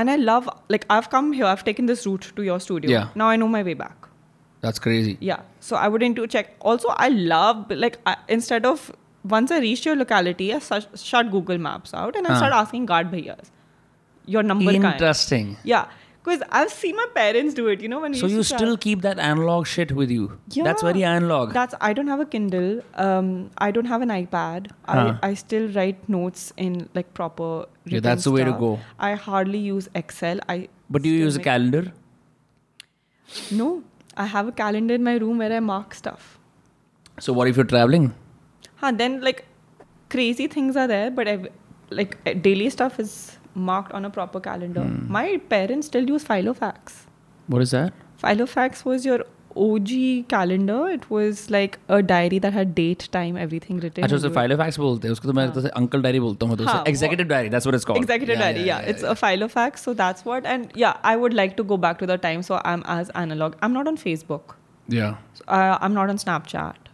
[SPEAKER 2] And I love, like, I've come here, I've taken this route to your studio.
[SPEAKER 1] Yeah.
[SPEAKER 2] Now I know my way back.
[SPEAKER 1] That's crazy
[SPEAKER 2] Yeah. So I wouldn't do check. Also, I love, like, I, instead of, once I reach your locality, I sh- shut Google Maps out and I
[SPEAKER 1] हाँ.
[SPEAKER 2] start asking guard bhaiyas. Your number कहाँ है?"
[SPEAKER 1] Interesting
[SPEAKER 2] Yeah. Because I've seen my parents do it, you know, when we
[SPEAKER 1] So
[SPEAKER 2] used
[SPEAKER 1] you
[SPEAKER 2] to
[SPEAKER 1] still keep that analog shit with you. That's
[SPEAKER 2] Yeah.
[SPEAKER 1] very analog.
[SPEAKER 2] That's I don't have a Kindle. Um, I don't have an iPad.
[SPEAKER 1] Huh.
[SPEAKER 2] I, I still write notes in like proper.
[SPEAKER 1] Yeah,
[SPEAKER 2] written
[SPEAKER 1] that's the way to
[SPEAKER 2] stuff.
[SPEAKER 1] go.
[SPEAKER 2] I hardly use Excel. I
[SPEAKER 1] but do you
[SPEAKER 2] still
[SPEAKER 1] use a
[SPEAKER 2] make-
[SPEAKER 1] calendar?
[SPEAKER 2] No, I have a calendar in my room where I mark stuff.
[SPEAKER 1] So what if you're traveling?
[SPEAKER 2] Huh, then like crazy things are there, but i like eh, daily stuff is marked on a proper calendar.
[SPEAKER 1] Hmm.
[SPEAKER 2] My parents still use Filofax.
[SPEAKER 1] What is that?
[SPEAKER 2] Filofax was your OG calendar. It was like a diary that had date, time, everything written.
[SPEAKER 1] अच्छा उसे
[SPEAKER 2] into it.
[SPEAKER 1] फाइलोफैक्स बोलते हैं उसको तो मैं तो uncle diary बोलता हूँ मैं तो
[SPEAKER 2] हाँ,
[SPEAKER 1] उसे
[SPEAKER 2] वो-
[SPEAKER 1] executive diary that's what it's called
[SPEAKER 2] Executive diary, yeah. it's a file of facts, so that's what. And yeah, I would like to go back to the time, so I'm as analog. I'm not on Facebook.
[SPEAKER 1] या
[SPEAKER 2] So, uh, I'm not on Snapchat.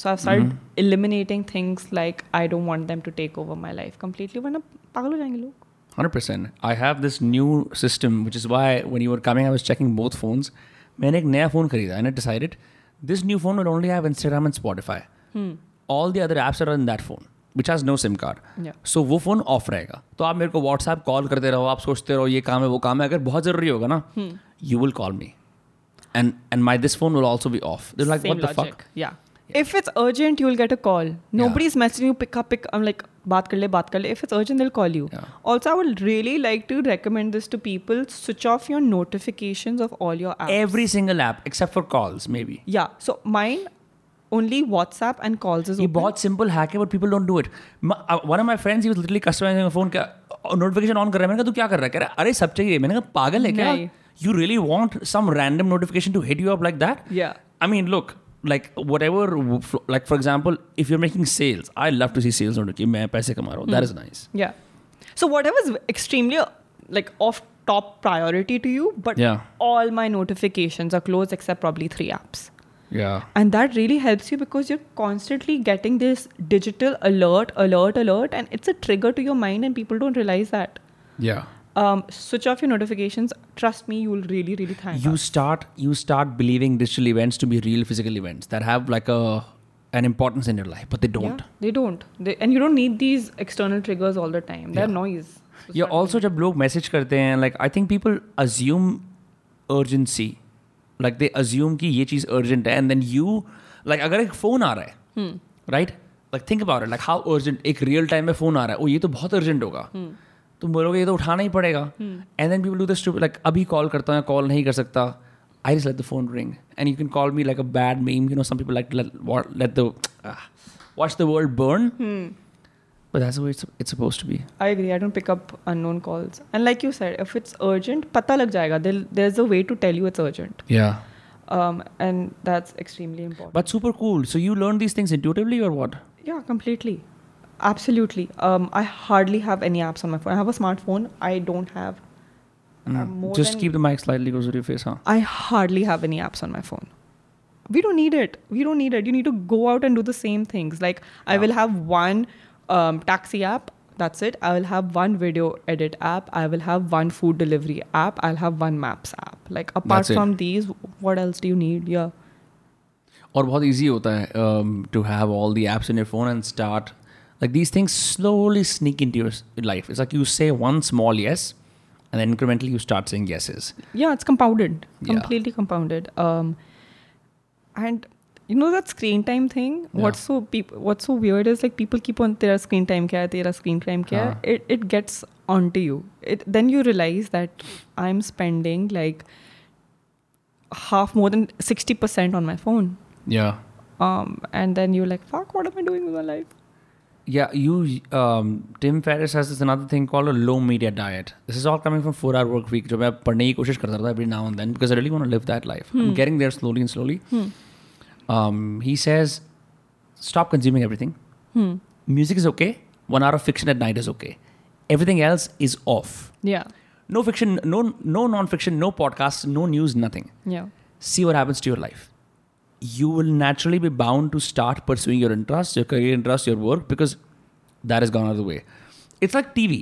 [SPEAKER 2] So I've started eliminating things like I don't want them to take over my life completely. वरना पागल हो जाएंगे लोग.
[SPEAKER 1] 100% I have this new system which is why when you were coming I was checking both phones मैंने एक नया phone खरीदा and I decided this new phone will only have Instagram and Spotify
[SPEAKER 2] Hmm.
[SPEAKER 1] all the other apps are on that phone which has no SIM card
[SPEAKER 2] Yeah.
[SPEAKER 1] सो वो phone off रहेगा तो आप मेरे को WhatsApp कॉल करते रहो आप सोचते रहो ये काम है वो काम है अगर बहुत ज़रूरी होगा ना
[SPEAKER 2] Hmm.
[SPEAKER 1] You will call me and and my this phone will also be off like
[SPEAKER 2] Same
[SPEAKER 1] what the
[SPEAKER 2] logic.
[SPEAKER 1] Fuck
[SPEAKER 2] Yeah. If it's urgent, you'll get a call. Nobody's messaging you, pick up, pick. I'm like, baat kar le, baat kar le. If it's urgent, they'll call you.
[SPEAKER 1] Yeah.
[SPEAKER 2] Also, I would really like to recommend this to people. Switch off your notifications of all your apps.
[SPEAKER 1] every single app except for calls maybe
[SPEAKER 2] yeah. So mine, only WhatsApp and calls is
[SPEAKER 1] ये
[SPEAKER 2] open.
[SPEAKER 1] बहुत simple hack है but people don't do it one of my friends he was literally customising phone का notification on कर रहा है मैंने कहा तू क्या कर रहा है कह रहा है अरे सब चाहिए मैंने कहा पागल है क्या
[SPEAKER 2] नहीं।
[SPEAKER 1] You really want some random notification to hit you up like that
[SPEAKER 2] Yeah.
[SPEAKER 1] I mean, look, like whatever, like for example, if you're making sales, I love to see sales notification. मैं पैसे कमा रहा हूँ.
[SPEAKER 2] Hmm.
[SPEAKER 1] That is nice.
[SPEAKER 2] Yeah. So whatever's extremely uh, like off top priority to you, but
[SPEAKER 1] Yeah.
[SPEAKER 2] all my notifications are closed except probably three apps.
[SPEAKER 1] Yeah.
[SPEAKER 2] And that really helps you because you're constantly getting this digital alert, alert, alert, and it's a trigger to your mind, and people don't realize that.
[SPEAKER 1] Yeah.
[SPEAKER 2] Um, switch off your notifications. Trust me, you'll really, really thank
[SPEAKER 1] You
[SPEAKER 2] us.
[SPEAKER 1] start you start believing digital events to be real physical events that have like a an importance in your life, but they
[SPEAKER 2] Yeah,
[SPEAKER 1] don't.
[SPEAKER 2] they don't. They, and you don't need these external triggers all the time. They're
[SPEAKER 1] Yeah.
[SPEAKER 2] noise. So
[SPEAKER 1] या
[SPEAKER 2] start
[SPEAKER 1] also जब लोग message करते हैं like I think people assume urgency like they assume कि ये चीज़ urgent है and then you like अगर एक फ़ोन आ रहा है right like think about like how urgent एक रियल टाइम में फ़ोन आ रहा है ओ ये तो बहुत अर्जेंट होगा तुम बोलोगे ये तो उठाना ही पड़ेगा and then people do this like अभी कॉल करता हूँ कॉल नहीं कर सकता I just let the phone ring and you can call me like a bad meme you know some people like let the watch the world burn but that's it's it's suppose to be
[SPEAKER 2] I agree. I don't pick up unknown calls. And like you said, if it's urgent, pata lag jayega. There'll- There's a way to tell you it's urgent.
[SPEAKER 1] या
[SPEAKER 2] Um, and that's extremely important.
[SPEAKER 1] But super cool. So you learn these things intuitively or what?
[SPEAKER 2] yeah, completely. Absolutely. Um, I hardly have any apps on my phone. I have a smartphone. I don't have. uh, more
[SPEAKER 1] Hmm. Just
[SPEAKER 2] than-
[SPEAKER 1] keep the mic slightly closer to your face, huh?
[SPEAKER 2] I hardly have any apps on my phone. We don't need it. We don't need it. You need to go out and do the same things. Like I will have one um, taxi app. That's it. I will have one video edit app. I will have one food delivery app. I'll have one maps app. Like apart
[SPEAKER 1] That's it.
[SPEAKER 2] from these, what else do you need? Yeah.
[SPEAKER 1] और बहुत easy होता है um, to have all the apps in your phone and start like these things slowly sneak into your s- life. It's like you say one small yes, and then incrementally you start saying yeses.
[SPEAKER 2] Yeah, it's compounded.
[SPEAKER 1] Yeah.
[SPEAKER 2] Completely compounded. Um, and you know that screen time thing.
[SPEAKER 1] Yeah.
[SPEAKER 2] What's so peop- What's so weird is like people keep on their screen time care, their screen time care.
[SPEAKER 1] Ah.
[SPEAKER 2] It it gets onto you. It then you realize that I'm spending like half more than sixty percent on my phone.
[SPEAKER 1] Yeah.
[SPEAKER 2] Um, and then you're like, fuck, what am I doing with my life?
[SPEAKER 1] Yeah, you um, Tim Ferriss has this another thing called a low media diet. This is all coming from four hour work week. जो मैं पढ़ने की कोशिश करता था every now and then because I really want to live that life. I'm getting there slowly and slowly. Um, he says, stop consuming everything. Hmm. Music is okay. One hour of fiction at night is okay. Everything else is off.
[SPEAKER 2] Yeah,
[SPEAKER 1] No fiction, no no non-fiction, no podcasts, no news, nothing.
[SPEAKER 2] yeah,
[SPEAKER 1] See what happens to your life. You will naturally be bound to start pursuing your interests, your career interests, your work because that has gone out of the way. It's like TV.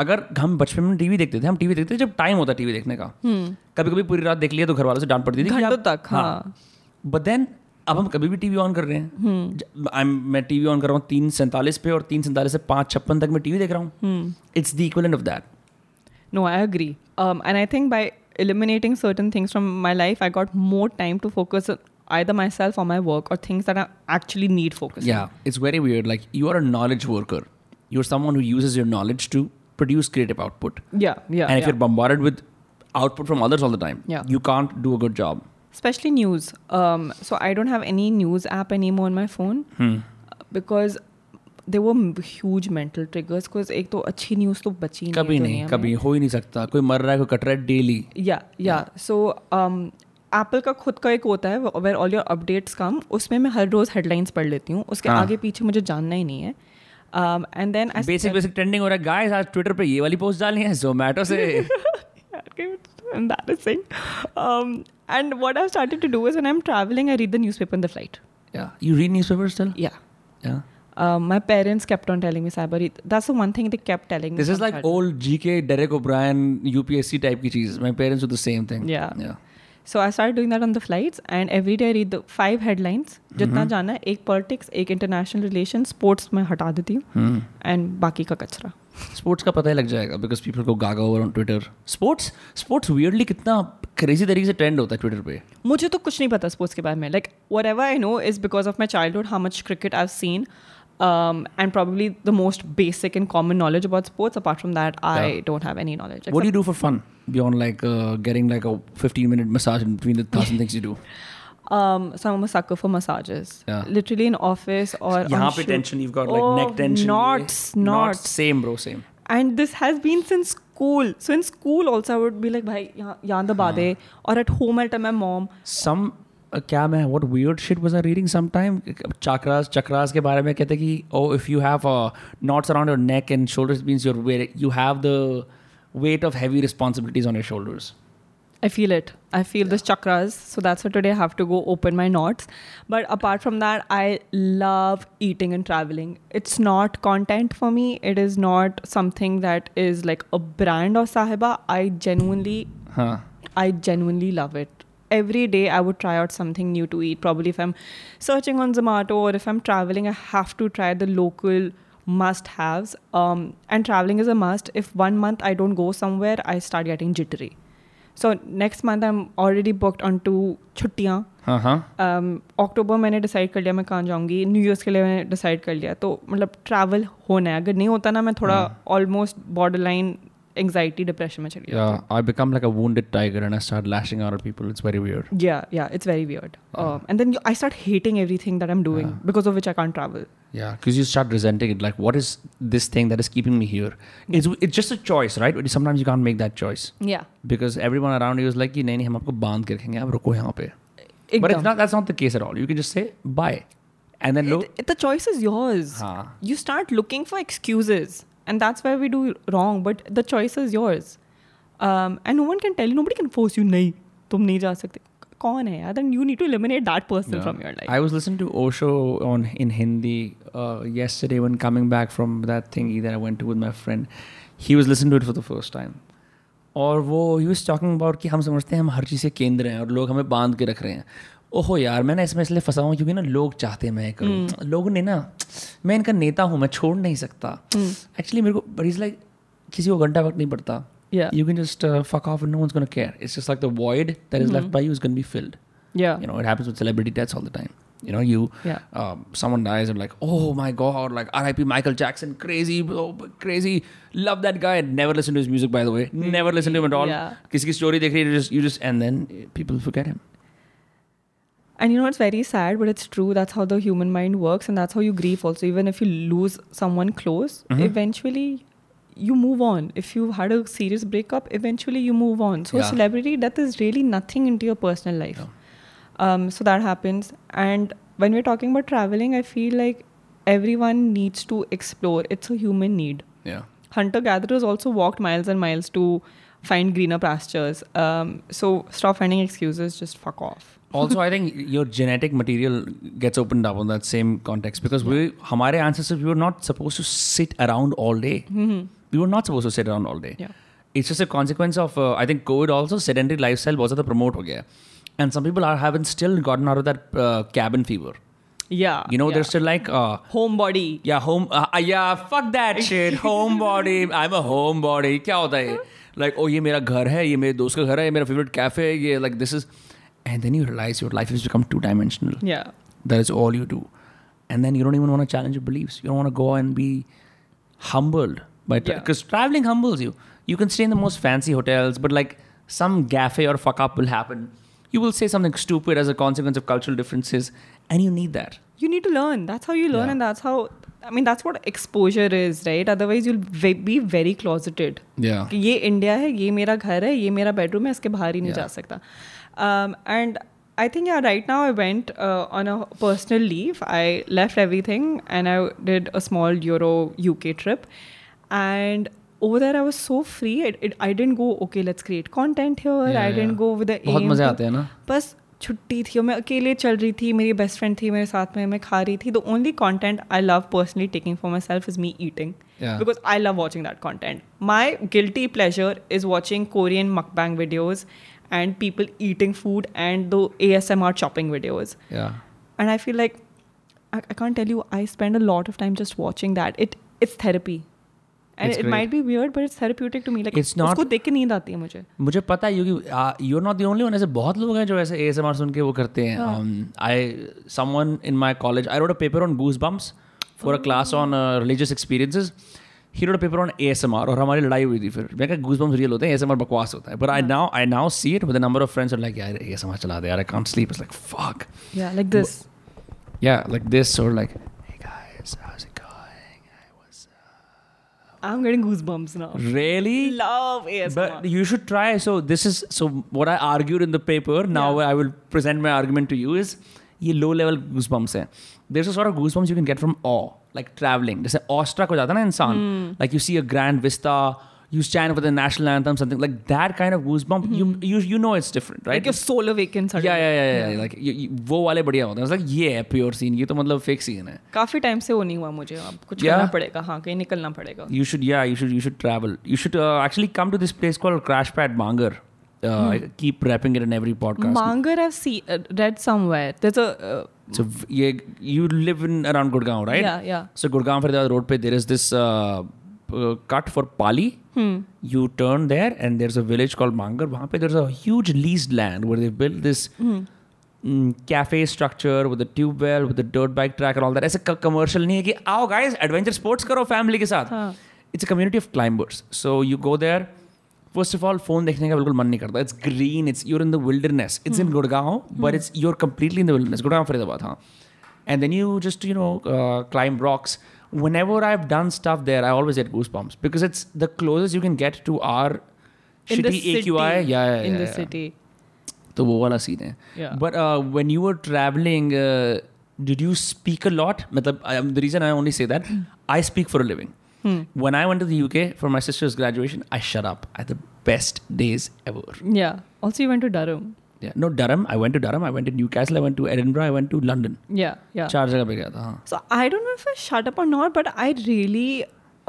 [SPEAKER 1] अगर हम बचपन में TV देखते थे हम TV देखते थे जब टाइम होता टीवी देखने का
[SPEAKER 2] Hmm.
[SPEAKER 1] कभी कभी पूरी रात देख लिया तो घर वालों से डांट पड़ती थी कि
[SPEAKER 2] घंटों
[SPEAKER 1] आप-
[SPEAKER 2] तक, हाँ।
[SPEAKER 1] बट देन अब हम कभी भी टीवी ऑन कर रहे
[SPEAKER 2] हम्म।
[SPEAKER 1] हैं ज- I'm- मैं टीवी ऑन कर रहा हूँ तीन सैंतालीस पे और तीन सैंतालीस से पाँच छप्पन तक मैं टीवी देख रहा हूँ
[SPEAKER 2] hmm.
[SPEAKER 1] It's the equivalent of that
[SPEAKER 2] No, I agree. Um, and I think by eliminating certain things from my life, I got more time to focus on either myself or my work or things that I actually need focus.
[SPEAKER 1] yeah it's very weird like you are a knowledge worker you're someone who uses your knowledge to produce creative output
[SPEAKER 2] On. Yeah, yeah.
[SPEAKER 1] and if
[SPEAKER 2] yeah.
[SPEAKER 1] you're bombarded with output from others all the time
[SPEAKER 2] Yeah.
[SPEAKER 1] you can't do a good job
[SPEAKER 2] Especially news.
[SPEAKER 1] Hmm.
[SPEAKER 2] Um, so I don't have any news app anymore on my phone because there were m- huge mental triggers because एक तो अच्छी news तो बची नहीं है
[SPEAKER 1] कभी नहीं
[SPEAKER 2] दुनिया में।
[SPEAKER 1] कभी हो ही नहीं सकता कोई मर रहा है कोई कट रहा है डेली
[SPEAKER 2] या या सो एप्पल um, का खुद का एक होता है where all your updates come उसमें मैं हर रोज़ हेडलाइंस पढ़ लेती हूँ उसके
[SPEAKER 1] हाँ।
[SPEAKER 2] आगे पीछे मुझे जानना ही नहीं है Um, and then
[SPEAKER 1] basic basic trending हो रहा है गाइस आज ट्विटर पे ये वाली पोस्ट डालनी है जोमेटो से
[SPEAKER 2] embarrassing um, and what i've started to do is when i'm traveling i read the newspaper in the flight
[SPEAKER 1] you read newspaper still
[SPEAKER 2] yeah Uh, my parents kept on telling me Sabari. That's the one thing they kept telling me.
[SPEAKER 1] This is
[SPEAKER 2] from
[SPEAKER 1] like
[SPEAKER 2] childhood.
[SPEAKER 1] Old GK Derek O'Brien UPSC type की चीज my parents do the same thing
[SPEAKER 2] Yeah. So I started doing that on the flights, and every day I read the five headlines.
[SPEAKER 1] Mm-hmm.
[SPEAKER 2] जितना जाना है एक politics एक international relation sports में हटा देती
[SPEAKER 1] Hmm.
[SPEAKER 2] हूँ एंड बाकी का कचरा
[SPEAKER 1] स्पोर्ट्स का पता ही लग जाएगा बिकॉज पीपल को gaga over on Twitter sports sports weirdly कितना क्रेजी तरीके से ट्रेंड होता है ट्विटर पे
[SPEAKER 2] मुझे तो कुछ नहीं पता स्पोर्ट्स के बारे में like whatever I know is because of my childhood how much cricket I seen and probably the most basic and common knowledge about sports apart from that I don't have any knowledge
[SPEAKER 1] What do you do for fun beyond like uh, getting like a 15 minute massage in between the thousand things you do?
[SPEAKER 2] um so i'm a sucker for massages
[SPEAKER 1] Yeah.
[SPEAKER 2] literally in office or on
[SPEAKER 1] यहाँ पे
[SPEAKER 2] shoot.
[SPEAKER 1] tension you've got like
[SPEAKER 2] Oh,
[SPEAKER 1] neck tension.
[SPEAKER 2] knots
[SPEAKER 1] ये-
[SPEAKER 2] knots
[SPEAKER 1] Same bro, same.
[SPEAKER 2] and this has been since school so in school also i would be like bhai yahan- yahan daba de or at home i'll tell my mom
[SPEAKER 1] Some uh, क्या मैं what weird shit was I reading sometime chakras chakras के बारे में कहते कि oh if you have uh, knots around your neck and shoulders it means you're wear- you have the weight of heavy responsibilities on your shoulders.
[SPEAKER 2] i feel it i feel this chakras so that's why today i have to go open my knots but apart from that i love eating and traveling it's not content for me it is not something that is like a brand or sahiba i genuinely
[SPEAKER 1] हाँ
[SPEAKER 2] I genuinely love it. Every day I would try out something new to eat. Probably if I'm searching on Zomato or if I'm traveling, I have to try the local must haves. Um, and traveling is a must. If one month I don't go somewhere, I start getting jittery. So next month I'm already booked onto छुट्टियाँ
[SPEAKER 1] हाँ हाँ
[SPEAKER 2] अक्टूबर मैंने decide कर लिया मैं कहाँ जाऊँगी New Year's के लिए मैंने डिसाइड कर लिया तो मतलब ट्रैवल होना है अगर नहीं होता ना मैं थोड़ा almost borderline anxiety depression में चली
[SPEAKER 1] yeah I become like a wounded tiger and I start lashing out at people it's very weird.
[SPEAKER 2] Yeah, yeah, it's very weird. Um, and then you, I start hating everything that I'm doing because of which I can't travel.
[SPEAKER 1] Yeah, because you start resenting it. Like, what is this thing that is keeping me here? It's it's just a choice, right? But sometimes you can't make that choice
[SPEAKER 2] Yeah,
[SPEAKER 1] because everyone around you is like, "ये नहीं नहीं हम आपको बांध के रखेंगे आप रुको यहाँ पे." But it's
[SPEAKER 2] एकदम.
[SPEAKER 1] not that's not the case at all. You can just say bye, and then look.
[SPEAKER 2] It, it, the choice is yours.
[SPEAKER 1] हाँ.
[SPEAKER 2] You start looking for excuses, and that's where we do wrong. But the choice is yours, um, and no one can tell you. Nobody can force you. नहीं तुम नहीं जा सकते. कौन है यार? Then you need to eliminate that person from your life.
[SPEAKER 1] I was listening to Osho on in Hindi uh, yesterday when coming back from that thingy that I went to with my friend. He was listening to it for the first time. और वो ही was talking about कि हम समझते हैं हम हर चीज़ के केंद्र हैं और लोग हमें बांध के रख रहे हैं ओहो यार मैं ना इसमें इसलिए फंसा हूँ क्योंकि ना लोग चाहते हैं मैं ये करूँ
[SPEAKER 2] Hmm.
[SPEAKER 1] लोगों ने ना मैं इनका नेता हूँ मैं छोड़ नहीं सकता
[SPEAKER 2] Hmm.
[SPEAKER 1] एक्चुअली मेरे को बट इज़ लाइक किसी को घंटा वक्त नहीं पड़ता
[SPEAKER 2] Yeah.
[SPEAKER 1] You can just fuck off no one's gonna care it's just like the void that is
[SPEAKER 2] Hmm.
[SPEAKER 1] left by you is gonna be filled
[SPEAKER 2] Yeah.
[SPEAKER 1] you know it happens with celebrity deaths all the time you know you
[SPEAKER 2] Yeah.
[SPEAKER 1] um, someone dies and like oh my god like rip michael jackson crazy bro, crazy love that guy never listen to his music by the way never listen to him at all
[SPEAKER 2] Yeah.
[SPEAKER 1] kisi ki story dekh rahi you just you just and then eh, people forget him
[SPEAKER 2] And you know, it's very sad, but it's true. That's how the human mind works, and that's how you grieve also. Even if you lose someone close, eventually you move on. If you've had a serious breakup, eventually you move on. So,
[SPEAKER 1] Yeah.
[SPEAKER 2] celebrity death is really nothing into your personal life. Um, so, that happens. And when we're talking about traveling, I feel like everyone needs to explore, it's a human need.
[SPEAKER 1] yeah
[SPEAKER 2] Hunter gatherers also walked miles and miles to find greener pastures. Um, so, stop finding excuses, just fuck off.
[SPEAKER 1] also i think your genetic material gets opened up on that same context because we hamare ancestors we were not supposed to sit around all day
[SPEAKER 2] Mm-hmm.
[SPEAKER 1] we were not supposed to sit around all day
[SPEAKER 2] Yeah.
[SPEAKER 1] it's just a consequence of uh, i think covid also sedentary lifestyle was the promote ho gaya and some people are haven't still gotten out of that uh, cabin fever
[SPEAKER 2] Yeah.
[SPEAKER 1] you know
[SPEAKER 2] yeah.
[SPEAKER 1] they're still like uh,
[SPEAKER 2] homebody
[SPEAKER 1] या home या fuck that shit homebody I am a homebody क्या होता है like oh ये मेरा घर है ये मेरे दोस्त का घर है ये मेरा फेवरेट कैफे है ये like this is and then you realise your life is become two dimensional
[SPEAKER 2] yeah
[SPEAKER 1] that is all you do and then you don't even want to challenge your beliefs you don't want to go and be humbled by
[SPEAKER 2] Yeah.
[SPEAKER 1] because traveling humbles you you can stay in the most fancy hotels but like some gaffe or fuck up will happen you will say something stupid as a consequence of cultural differences and you need that
[SPEAKER 2] you need to learn that's how you learn
[SPEAKER 1] Yeah.
[SPEAKER 2] and that's how I mean, that's what exposure is, right? Otherwise, you'll ve- be very closeted.
[SPEAKER 1] Yeah.
[SPEAKER 2] कि ये India है ये मेरा घर है ये मेरा bedroom है इसके बाहर ही नहीं जा Um,
[SPEAKER 1] Yeah.
[SPEAKER 2] सकता and I think right now I went on a personal leave I left everything and I did a small Euro you के trip and Over there, I was so free. It, it, I didn't go, okay, let's create content here.
[SPEAKER 1] Yeah,
[SPEAKER 2] I didn't
[SPEAKER 1] yeah.
[SPEAKER 2] go with the
[SPEAKER 1] बहुत
[SPEAKER 2] aim
[SPEAKER 1] मजे
[SPEAKER 2] to-
[SPEAKER 1] आते हैं ना
[SPEAKER 2] बस छुट्टी थी और मैं अकेले चल रही थी मेरी बेस्ट फ्रेंड थी मेरे साथ में मैं खा रही थी the only content I love personally taking for myself is me eating
[SPEAKER 1] Yeah.
[SPEAKER 2] Because I love watching that content my guilty pleasure is watching Korean mukbang videos and people eating food and though A S M R shopping videos
[SPEAKER 1] या
[SPEAKER 2] and I feel like I can't tell you I spend a lot of time just watching that it it's therapy and
[SPEAKER 1] It's
[SPEAKER 2] it
[SPEAKER 1] great.
[SPEAKER 2] Might be weird but it's therapeutic to me like
[SPEAKER 1] It's not-
[SPEAKER 2] उसको देख के नींद आती है मुझे
[SPEAKER 1] मुझे पता है क्योंकि you are not the only one ऐसे बहुत लोग हैं जो ऐसे ए सुन के वो करते हैं Um, I someone in my college I wrote a paper on goose bumps for a class on religious experiences he wrote a paper on a और हमारी लड़ाई हुई थी फिर मैं गूज बम्स रियल होते हैं ए बकवास होता है but I now I now see it with number of friends like यार ए चला दे यार I can't sleep it's like fuck
[SPEAKER 2] या लाइक दिस
[SPEAKER 1] या लाइक दिस और like hey guys how's it going i was
[SPEAKER 2] I am getting goosebumps now
[SPEAKER 1] really
[SPEAKER 2] love ASMR.
[SPEAKER 1] But you should try. So this is so what I argued in the paper. Now I will present my argument to you is ये लो level goosebumps हैं there's a sort of goosebumps you can get from awe like traveling जैसे awestruck हो जाता है ना इंसान like you see a grand vista you stand for the national anthem something like that kind of goosebump you, you you know it's different right
[SPEAKER 2] like your soul awakens suddenly.
[SPEAKER 1] yeah yeah yeah yeah, yeah. like you, you, वो वाले बढ़िया होते हैं like ये है pure scene ये तो मतलब fake scene है
[SPEAKER 2] काफी टाइम से वो नहीं हुआ मुझे अब कुछ
[SPEAKER 1] Yeah.
[SPEAKER 2] करना पड़ेगा हाँ कहीं निकलना पड़ेगा
[SPEAKER 1] you should yeah you should you should travel you should uh, actually come to this place called crash pad mangar uh,
[SPEAKER 2] Hmm.
[SPEAKER 1] I keep repping it in every podcast
[SPEAKER 2] Mangar I've see, uh, read somewhere there's a uh,
[SPEAKER 1] so v- yeah, you live in around gurgaon right
[SPEAKER 2] yeah yeah
[SPEAKER 1] so gurgaon faridabad road pe there is this uh, uh, cut for pali
[SPEAKER 2] hmm
[SPEAKER 1] you turn there and there's a village called mangar wahan pe there's a huge leased land where they built this
[SPEAKER 2] Hmm.
[SPEAKER 1] mm, cafe structure with a tube well with a dirt bike track and all that ऐसे क- commercial नहीं है कि आओ guys adventure sports करो family के साथ
[SPEAKER 2] हाँ.
[SPEAKER 1] it's a community of climbers so you go there First of all, phone देखने का बिल्कुल मन नहीं करता. It's green. It's you're in the wilderness. It's
[SPEAKER 2] Hmm.
[SPEAKER 1] in Gurgaon, but it's you're completely in the wilderness. Gurgaon, Faridabad, हाँ. And then you just you know uh, climb rocks. Whenever I've done stuff there, I always get goosebumps because it's the closest you can get to our
[SPEAKER 2] in the
[SPEAKER 1] shitty
[SPEAKER 2] city
[SPEAKER 1] AQI. Yeah, yeah, yeah
[SPEAKER 2] in the
[SPEAKER 1] yeah.
[SPEAKER 2] city
[SPEAKER 1] तो वो वाला scene है uh,
[SPEAKER 2] Yeah.
[SPEAKER 1] But when you were travelling did you speak a lot मतलब the reason I only say that
[SPEAKER 2] Hmm.
[SPEAKER 1] I speak for a living when I went to the UK for my sister's graduation I shut up at the best days ever
[SPEAKER 2] yeah also you went to Durham
[SPEAKER 1] no Durham I went to Durham I went to Newcastle I went to Edinburgh I went to London
[SPEAKER 2] yeah yeah
[SPEAKER 1] चार जगह पे गया था हाँ
[SPEAKER 2] so I don't know if I shut up or not but I really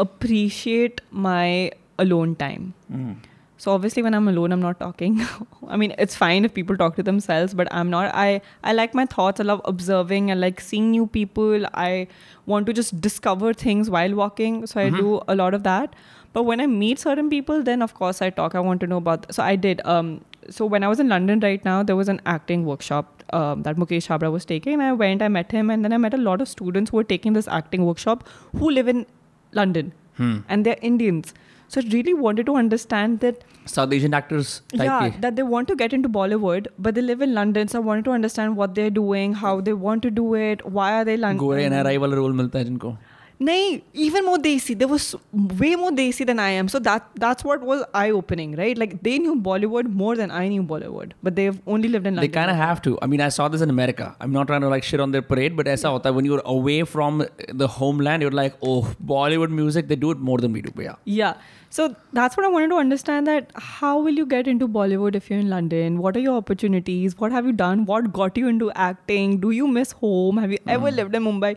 [SPEAKER 2] appreciate my alone time So obviously, when I'm alone, I'm not talking. I mean, it's fine if people talk to themselves, but I'm not. I I like my thoughts. I love observing. I like seeing new people. I want to just discover things while walking. So I do a lot of that. But when I meet certain people, then of course I talk. I want to know about. So I did. Um. So when I was in London right now, there was an acting workshop um, that Mukesh Habra was taking. And I went. I met him, and then I met a lot of students who were taking this acting workshop who live in London, and they're Indians. So I really wanted to understand that
[SPEAKER 1] South Asian actors
[SPEAKER 2] yeah,
[SPEAKER 1] type के
[SPEAKER 2] that they want to get into Bollywood, but they live in London. So I wanted to understand what they're doing, how they want to do it, why are they London?
[SPEAKER 1] गोरे NRI वाला role मिलता है जिनको
[SPEAKER 2] Nay, even more desi. They was way more desi than I am. So that that's what was eye opening, right? Like they knew Bollywood more than I knew Bollywood, but they've only lived in
[SPEAKER 1] they
[SPEAKER 2] London.
[SPEAKER 1] kind of have to. I mean, I saw this in America. I'm not trying to like shit on their parade, but ऐसा होता है when you're away from the homeland, you're like, oh, Bollywood music, they do it more than we do. But yeah.
[SPEAKER 2] Yeah. So that's what I wanted to understand that how will you get into Bollywood if you're in London? What are your opportunities? What have you done? What got you into acting? Do you miss home? Have you ever
[SPEAKER 1] Mm.
[SPEAKER 2] lived in Mumbai?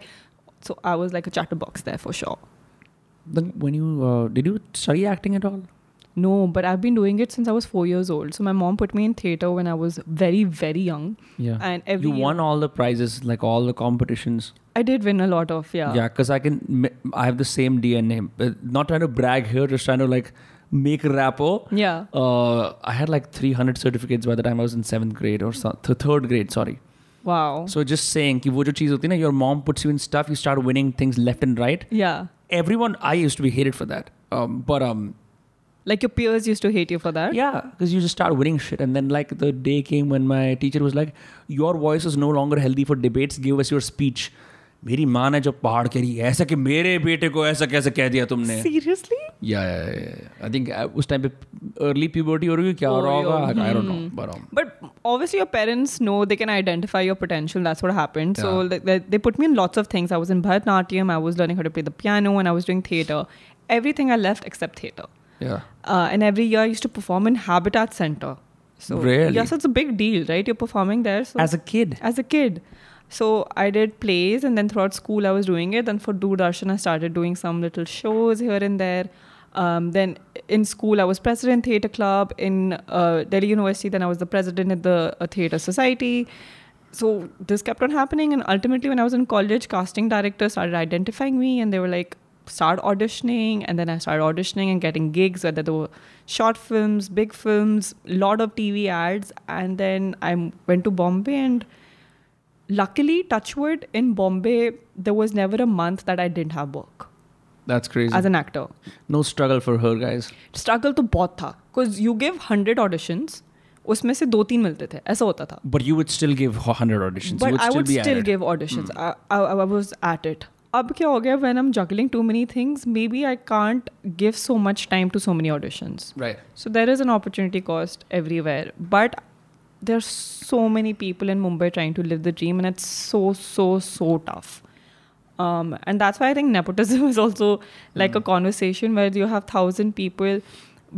[SPEAKER 2] So I was like a chatterbox there for sure.
[SPEAKER 1] Then when you uh, did you study acting at all?
[SPEAKER 2] No, but I've been doing it since I was four years old. So my mom put me in theater when I was very, very young.
[SPEAKER 1] Yeah.
[SPEAKER 2] And every
[SPEAKER 1] you won all the prizes, like all the competitions.
[SPEAKER 2] I did win a lot of yeah.
[SPEAKER 1] Yeah, because I can. I have the same DNA. Uh, Not trying to brag here, just trying to like make rapport.
[SPEAKER 2] Yeah.
[SPEAKER 1] Uh, I had like 300 certificates by the time I was in seventh grade or so, th- third grade. Sorry.
[SPEAKER 2] Wow.
[SPEAKER 1] So just saying, कि वो जो चीज़ होती है ना, your mom puts you in stuff, you start winning things left and right.
[SPEAKER 2] yeah.
[SPEAKER 1] Everyone, I used to be hated for that. Um, but um,
[SPEAKER 2] Like your peers used to hate you for that.
[SPEAKER 1] yeah, because you just start winning shit, and then like the day came when my teacher was like, "Your voice is no longer healthy for debates. Give us your speech." मेरी माँ ने जब पहाड़ कह रही है ऐसा कि मेरे बेटे को ऐसा कैसे कह दिया तुमने
[SPEAKER 2] सीरियसली
[SPEAKER 1] या आई थिंक uh, उस टाइम पे अर्ली प्यूबर्टी हो रही होगी, क्या हो रहा होगा I don't
[SPEAKER 2] um,
[SPEAKER 1] know
[SPEAKER 2] But obviously, your parents know they can identify your potential. That's what happened. So like, they, they put me in lots of things. I was in Bharatanatyam. I was learning how to play the piano, and I was doing theater. Everything I left except theater.
[SPEAKER 1] yeah
[SPEAKER 2] Uh, and every year, I used to perform in Habitat Center. So
[SPEAKER 1] Really?
[SPEAKER 2] yes, it's a big deal, right? You're performing there. So
[SPEAKER 1] as a kid
[SPEAKER 2] as a kid. So I did plays, and then throughout school I was doing it. And for Doordarshan, I started doing some little shows here and there. Um, then in school, I was president theatre club in uh, Delhi University. Then I was the president at the uh, theatre society. So this kept on happening, and ultimately, when I was in college, casting directors started identifying me, and they were like, "Start auditioning." And then I started auditioning and getting gigs, whether they were short films, big films, lot of TV ads. And then I m- went to Bombay and luckily touchwood in bombay there was never a month that i didn't have work
[SPEAKER 1] that's crazy
[SPEAKER 2] as an actor
[SPEAKER 1] no struggle for her guys
[SPEAKER 2] struggle तो बहुत था because you give 100 auditions उसमें से दो तीन मिलते थे ऐसा होता था
[SPEAKER 1] but you would still give 100 auditions you
[SPEAKER 2] but
[SPEAKER 1] would
[SPEAKER 2] i
[SPEAKER 1] still
[SPEAKER 2] would
[SPEAKER 1] be Hmm.
[SPEAKER 2] still
[SPEAKER 1] at it.
[SPEAKER 2] give auditions I, I, I was at it अब क्या हो गया when i'm juggling too many things maybe i can't give so much time to so many auditions
[SPEAKER 1] right
[SPEAKER 2] So there is an opportunity cost everywhere, but there's so many people in Mumbai trying to live the dream, and it's so so so tough. Um, and that's why I think nepotism is also like a conversation where you have thousand people,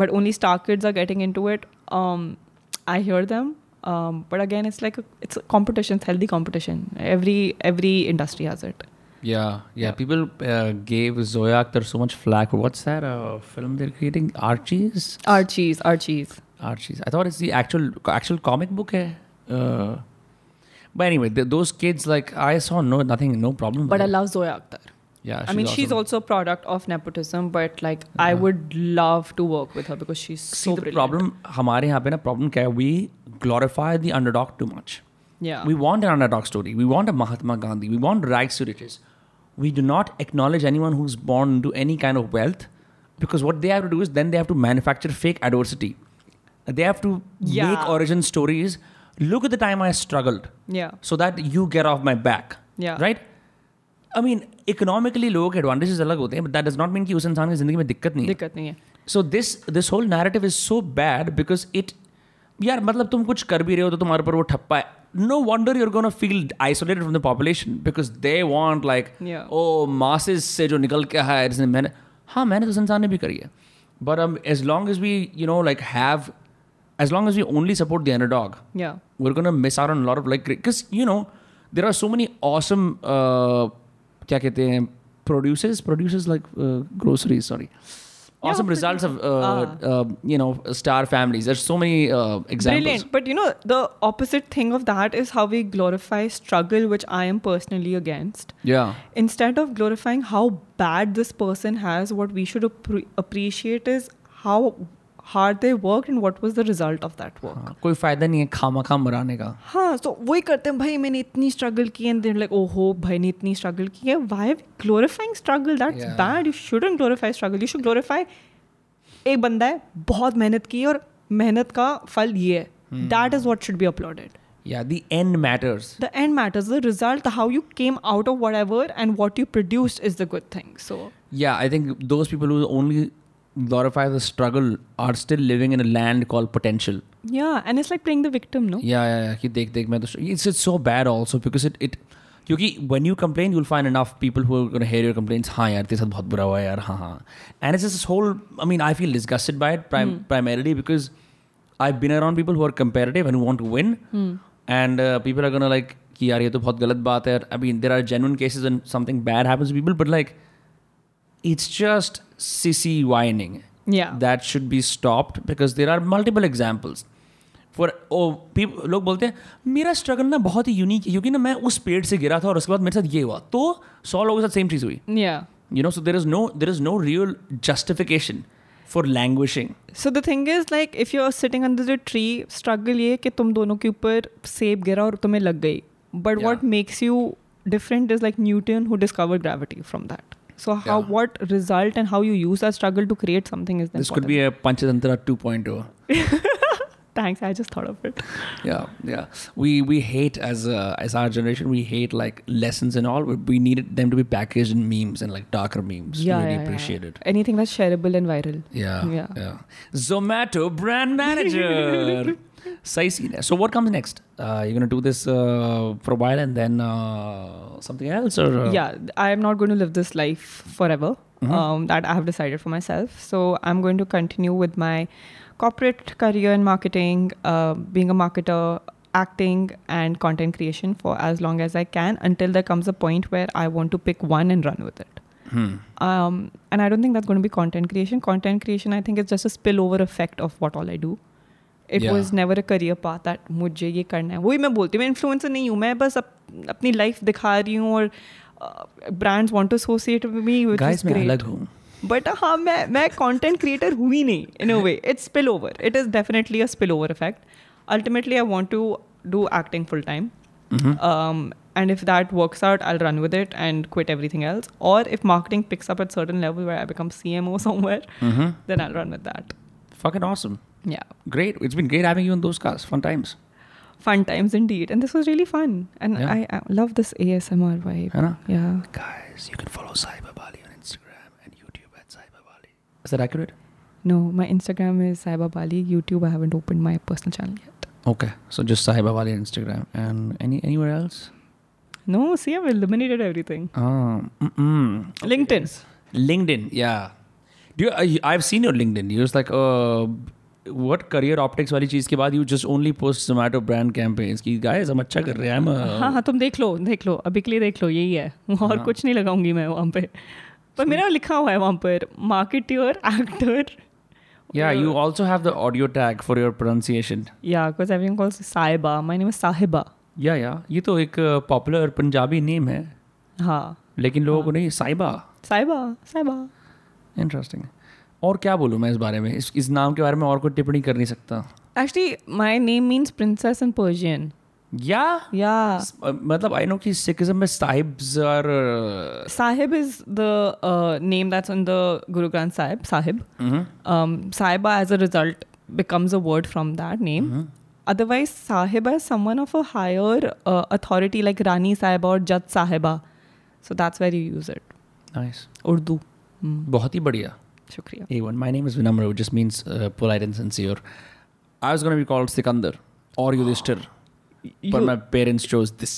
[SPEAKER 2] but only star kids are getting into it. Um, I hear them, um, but again, it's like a, it's a competition, it's healthy competition. Every every industry has it.
[SPEAKER 1] yeah yeah people uh, gave zoya akhtar so much flack what's that uh, film they're creating archies
[SPEAKER 2] Archie's, Archie's.
[SPEAKER 1] Archie's. I thought it's the actual actual comic book. Hai. Uh, but anyway, th those kids like I saw no nothing, no problem.
[SPEAKER 2] But
[SPEAKER 1] with
[SPEAKER 2] I
[SPEAKER 1] it.
[SPEAKER 2] love Zoya Akhtar.
[SPEAKER 1] yeah,
[SPEAKER 2] I mean, she's also a product of nepotism, but like I would love to work with her because she's
[SPEAKER 1] see
[SPEAKER 2] so
[SPEAKER 1] the
[SPEAKER 2] brilliant.
[SPEAKER 1] problem. हमारे यहाँ पे ना problem क्या है? We glorify the underdog too much.
[SPEAKER 2] Yeah.
[SPEAKER 1] We want an underdog story. We want a Mahatma Gandhi. We want rags to riches. We do not acknowledge anyone who's born into any kind of wealth because what they have to do is then they have to manufacture fake adversity. They have to make
[SPEAKER 2] Yeah.
[SPEAKER 1] origin stories. Look at the time I struggled.
[SPEAKER 2] yeah.
[SPEAKER 1] so that you get off my back
[SPEAKER 2] Yeah.
[SPEAKER 1] Right I mean economically लोगों के advantages अलग होते हैं but that does not mean कि उस इंसान की जिंदगी में दिक्कत नहीं है
[SPEAKER 2] दिक्कत नहीं है
[SPEAKER 1] so this this whole narrative is so bad because it यार मतलब तुम कुछ कर भी रहे हो तो तुम्हारे ऊपर वो ठप्पा है no wonder you're gonna feel isolated from the population because they want like
[SPEAKER 2] Yeah.
[SPEAKER 1] Oh masses oh, से जो निकल के आया है इसने मैंने हाँ मैंने तो उस इंसान ने भी करी है but um, as long as we you know like have as long as we only support the underdog
[SPEAKER 2] Yeah.
[SPEAKER 1] we're gonna miss out on a lot of like because you know there are so many awesome uh, क्या कहते हैं producers producers like uh, groceries sorry awesome
[SPEAKER 2] Yeah, ah.
[SPEAKER 1] results of uh, uh, you know star families there's so many uh, examples
[SPEAKER 2] Brilliant. But you know, the opposite thing of that is how we glorify struggle, which I am personally against.
[SPEAKER 1] yeah
[SPEAKER 2] Instead of glorifying how bad this person has, what we should appre- appreciate is how hard they worked and what was the result of that work.
[SPEAKER 1] हाँ, कोई फायदा नहीं है खामा खाम मराने का
[SPEAKER 2] हाँ तो वही करते हैं भाई मैंने इतनी स्ट्रगल की एंड देर लाइक ओहो भाई ने इतनी स्ट्रगल की है why glorifying struggle that's
[SPEAKER 1] Yeah.
[SPEAKER 2] Bad you shouldn't glorify struggle you should glorify एक बंदा है बहुत मेहनत की है और मेहनत का फल ये है that is what should be uploaded
[SPEAKER 1] yeah the end matters
[SPEAKER 2] the end matters the result how you came out of whatever and what you produced is the good thing so
[SPEAKER 1] yeah I think those people who only glorify the struggle are still living in a land called potential
[SPEAKER 2] या and it's like playing the victim no
[SPEAKER 1] Yeah, yeah, yeah. कि देख देख मैं तो it's it's so bad also because it it क्योंकि when you complain you'll find enough people who are going to hear your complaints हाँ यार तेरे साथ बहुत बुरा हुआ है यार हाँ हाँ and it's just this whole I mean I feel disgusted by it prim- primarily because I've been around people who are competitive and who want to win and uh, people are going to like कि यार ये तो बहुत गलत बात है I mean there are genuine cases when something bad happens to people but like it's just sissy whining
[SPEAKER 2] या
[SPEAKER 1] that should be stopped because there are multiple examples for oh people लोग बोलते हैं मेरा स्ट्रगल ना बहुत ही unique है क्योंकि ना मैं उस पेड़ से गिरा था और उसके बाद मेरे साथ ये हुआ तो सौ लोगों के साथ सेम चीज़ हुई
[SPEAKER 2] या
[SPEAKER 1] you know so there is no there is no real justification for languishing
[SPEAKER 2] so the thing is like if you are sitting under the tree struggle ये कि तुम दोनों के ऊपर सेब गिरा और तुम्हें लग गई but what
[SPEAKER 1] Yeah.
[SPEAKER 2] Makes you different is like Newton who discover gravity from that so how
[SPEAKER 1] Yeah.
[SPEAKER 2] What result and how you use that struggle to create something is
[SPEAKER 1] oh. This could be a Panchatantra 2.0
[SPEAKER 2] Thanks, I just thought of it.
[SPEAKER 1] yeah yeah we we hate as uh, as our generation we hate like lessons and all but we needed them to be packaged in memes and like darker memes to really appreciate it
[SPEAKER 2] Anything that's shareable and viral.
[SPEAKER 1] yeah, yeah
[SPEAKER 2] Yeah.
[SPEAKER 1] zomato brand manager Sahi seen hai. so what comes next uh, you're gonna do this uh, for a while and then uh, something else or uh,
[SPEAKER 2] yeah, th- I am not going to live this life forever. Um, that I have decided for myself. So I'm going to continue with my corporate career in marketing, uh, being a marketer, acting, and content creation for as long as I can until there comes a point where I want to pick one and run with it.
[SPEAKER 1] hmm.
[SPEAKER 2] Um, and I don't think that's going to be content creation. Content creation, I think, is just a spillover effect of what all I do. It
[SPEAKER 1] Yeah.
[SPEAKER 2] was never a career path that मुझे ये करना है वही मैं बोलती हूँ मैं influencer नहीं हूँ मैं बस अप, अपनी लाइफ दिखा रही हूँ और uh, brands want to associate with me which
[SPEAKER 1] guys
[SPEAKER 2] is
[SPEAKER 1] मैं अलग
[SPEAKER 2] ग्रेट
[SPEAKER 1] हूँ
[SPEAKER 2] बट हाँ मैं मैं कंटेंट क्रिएटर हुई नहीं in a way it's spill over it is definitely a spill over effect ultimately I want to do acting full time
[SPEAKER 1] Mhm.
[SPEAKER 2] Um, and if that works out, I'll run with it and quit everything else. Or if marketing picks up at certain level where I become CMO somewhere,
[SPEAKER 1] Mhm.
[SPEAKER 2] then I'll run with that.
[SPEAKER 1] fucking awesome
[SPEAKER 2] Yeah.
[SPEAKER 1] great it's been great having you on those cars fun times
[SPEAKER 2] Fun times indeed. And this was really fun. And
[SPEAKER 1] Yeah.
[SPEAKER 2] I, I love this ASMR vibe.
[SPEAKER 1] है ना
[SPEAKER 2] Yeah.
[SPEAKER 1] Guys, you can follow Cyber Bali on Instagram and YouTube at Cyber Bali. Is that accurate?
[SPEAKER 2] No, my Instagram is Saiba Bali. YouTube, I haven't opened my personal channel yet.
[SPEAKER 1] Okay, so just Cyber Bali on Instagram and any anywhere else?
[SPEAKER 2] No, see, I've eliminated everything.
[SPEAKER 1] Um, mm-mm.
[SPEAKER 2] LinkedIn.
[SPEAKER 1] LinkedIn, yeah. Do you, I- I've seen your LinkedIn. You're just like, uh, what career optics वाली चीज के बाद you just only post Zomato brand campaigns कि guys हम अच्छा कर रहे हैं हम
[SPEAKER 2] हाँ हाँ तुम देख लो देख लो अभी के लिए देख लो यही है और
[SPEAKER 1] हाँ।
[SPEAKER 2] कुछ नहीं लगाऊंगी मैं वहाँ पे पर मेरा लिखा हुआ है वहाँ पर marketeer actor
[SPEAKER 1] yeah you also have the audio tag for your pronunciation
[SPEAKER 2] या because everyone calls Sahiba my name is Sahiba
[SPEAKER 1] yeah yeah ये तो एक पॉपुलर पंजाबी नेम है
[SPEAKER 2] हाँ
[SPEAKER 1] लेकिन लोगों को नहीं साइबा
[SPEAKER 2] साहिबा साहिबा
[SPEAKER 1] इंटरेस्टिंग और क्या बोलूँ मैं इस बारे में इस इस नाम के बारे में और कोई टिप्पणी कर नहीं सकता
[SPEAKER 2] actually my name means princess in Persian
[SPEAKER 1] या
[SPEAKER 2] या
[SPEAKER 1] स- मतलब आई नो कि सिखिज्म में साहिब्स और uh,
[SPEAKER 2] Sahib is the name that's on the Guru Granth Sahib Sahib um, Saiba as a result becomes a word from that name. Otherwise, Sahiba is someone of a higher uh, authority like Rani Sahiba or Jat Sahiba. So that's where you use it.
[SPEAKER 1] Nice
[SPEAKER 2] Urdu. Mm.
[SPEAKER 1] बहुत ही बढ़िया
[SPEAKER 2] Shukriya.
[SPEAKER 1] A one my name is Vinamra which just means polite and sincere I was gonna be called Sikandar और युधिष्ठिर पर
[SPEAKER 2] You,
[SPEAKER 1] my parents chose this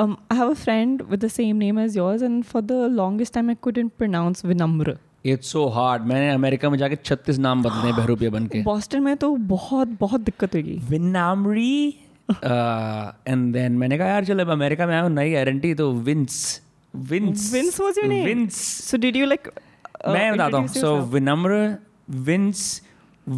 [SPEAKER 2] um, I have a friend with the same name as yours, and for the longest time, I couldn't pronounce Vinamra.
[SPEAKER 1] It's so hard मैंने America में जाके छत्तीस नाम बदले हैं बहरूपिया बन के
[SPEAKER 2] बॉस्टन में तो बहुत बहुत दिक्कत होगी
[SPEAKER 1] विनामरी एंड देन Uh, मैंने कहा यार चलो अब अमेरिका में आया हूँ नई आइडेंटी तो Vince Vince
[SPEAKER 2] Vince was your name?
[SPEAKER 1] Vince
[SPEAKER 2] So did you like? uh,
[SPEAKER 1] मैं बताता हूँ
[SPEAKER 2] introduce
[SPEAKER 1] so
[SPEAKER 2] yourself?
[SPEAKER 1] Vinamra Vince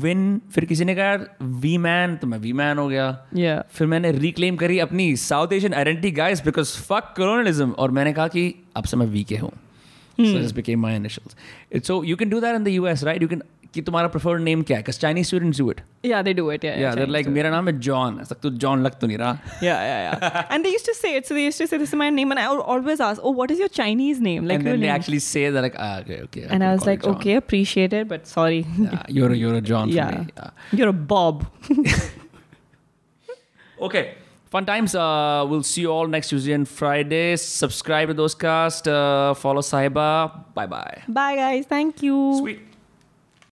[SPEAKER 1] Vin फिर किसी ने कहा यार वी मैन तो मैं वी मैन हो गया
[SPEAKER 2] Yeah.
[SPEAKER 1] फिर मैंने रिक्लेम करी अपनी South Asian identity guys because fuck colonialism और मैंने कहा कि अब से मैं वी के हूँ so this became my initials so you can do that in the US right you can कि तुम्हारा preferred name क्या है because Chinese students do it
[SPEAKER 2] Yeah, they do it. Yeah.
[SPEAKER 1] yeah they're
[SPEAKER 2] Chinese
[SPEAKER 1] like
[SPEAKER 2] do it.
[SPEAKER 1] मेरा नाम है John तक तो John लग तो नहीं रहा
[SPEAKER 2] yeah, yeah, yeah. and they used to say it. So they used to say, "This is my name," and I would always ask, "Oh, what is your Chinese name?" Like
[SPEAKER 1] and
[SPEAKER 2] your
[SPEAKER 1] then they
[SPEAKER 2] name.
[SPEAKER 1] actually say they're like ah, okay okay
[SPEAKER 2] and
[SPEAKER 1] can
[SPEAKER 2] I was
[SPEAKER 1] call you
[SPEAKER 2] like,
[SPEAKER 1] John."
[SPEAKER 2] "Okay, appreciate it, but sorry,
[SPEAKER 1] yeah, you're a, you're a John for
[SPEAKER 2] Yeah.
[SPEAKER 1] me yeah.
[SPEAKER 2] you're a Bob."
[SPEAKER 1] Okay. Fun times. Uh, we'll see you all next Tuesday and Friday. Subscribe to those cast. Uh, follow Saiba. Bye bye.
[SPEAKER 2] Bye, guys. Thank you.
[SPEAKER 1] Sweet.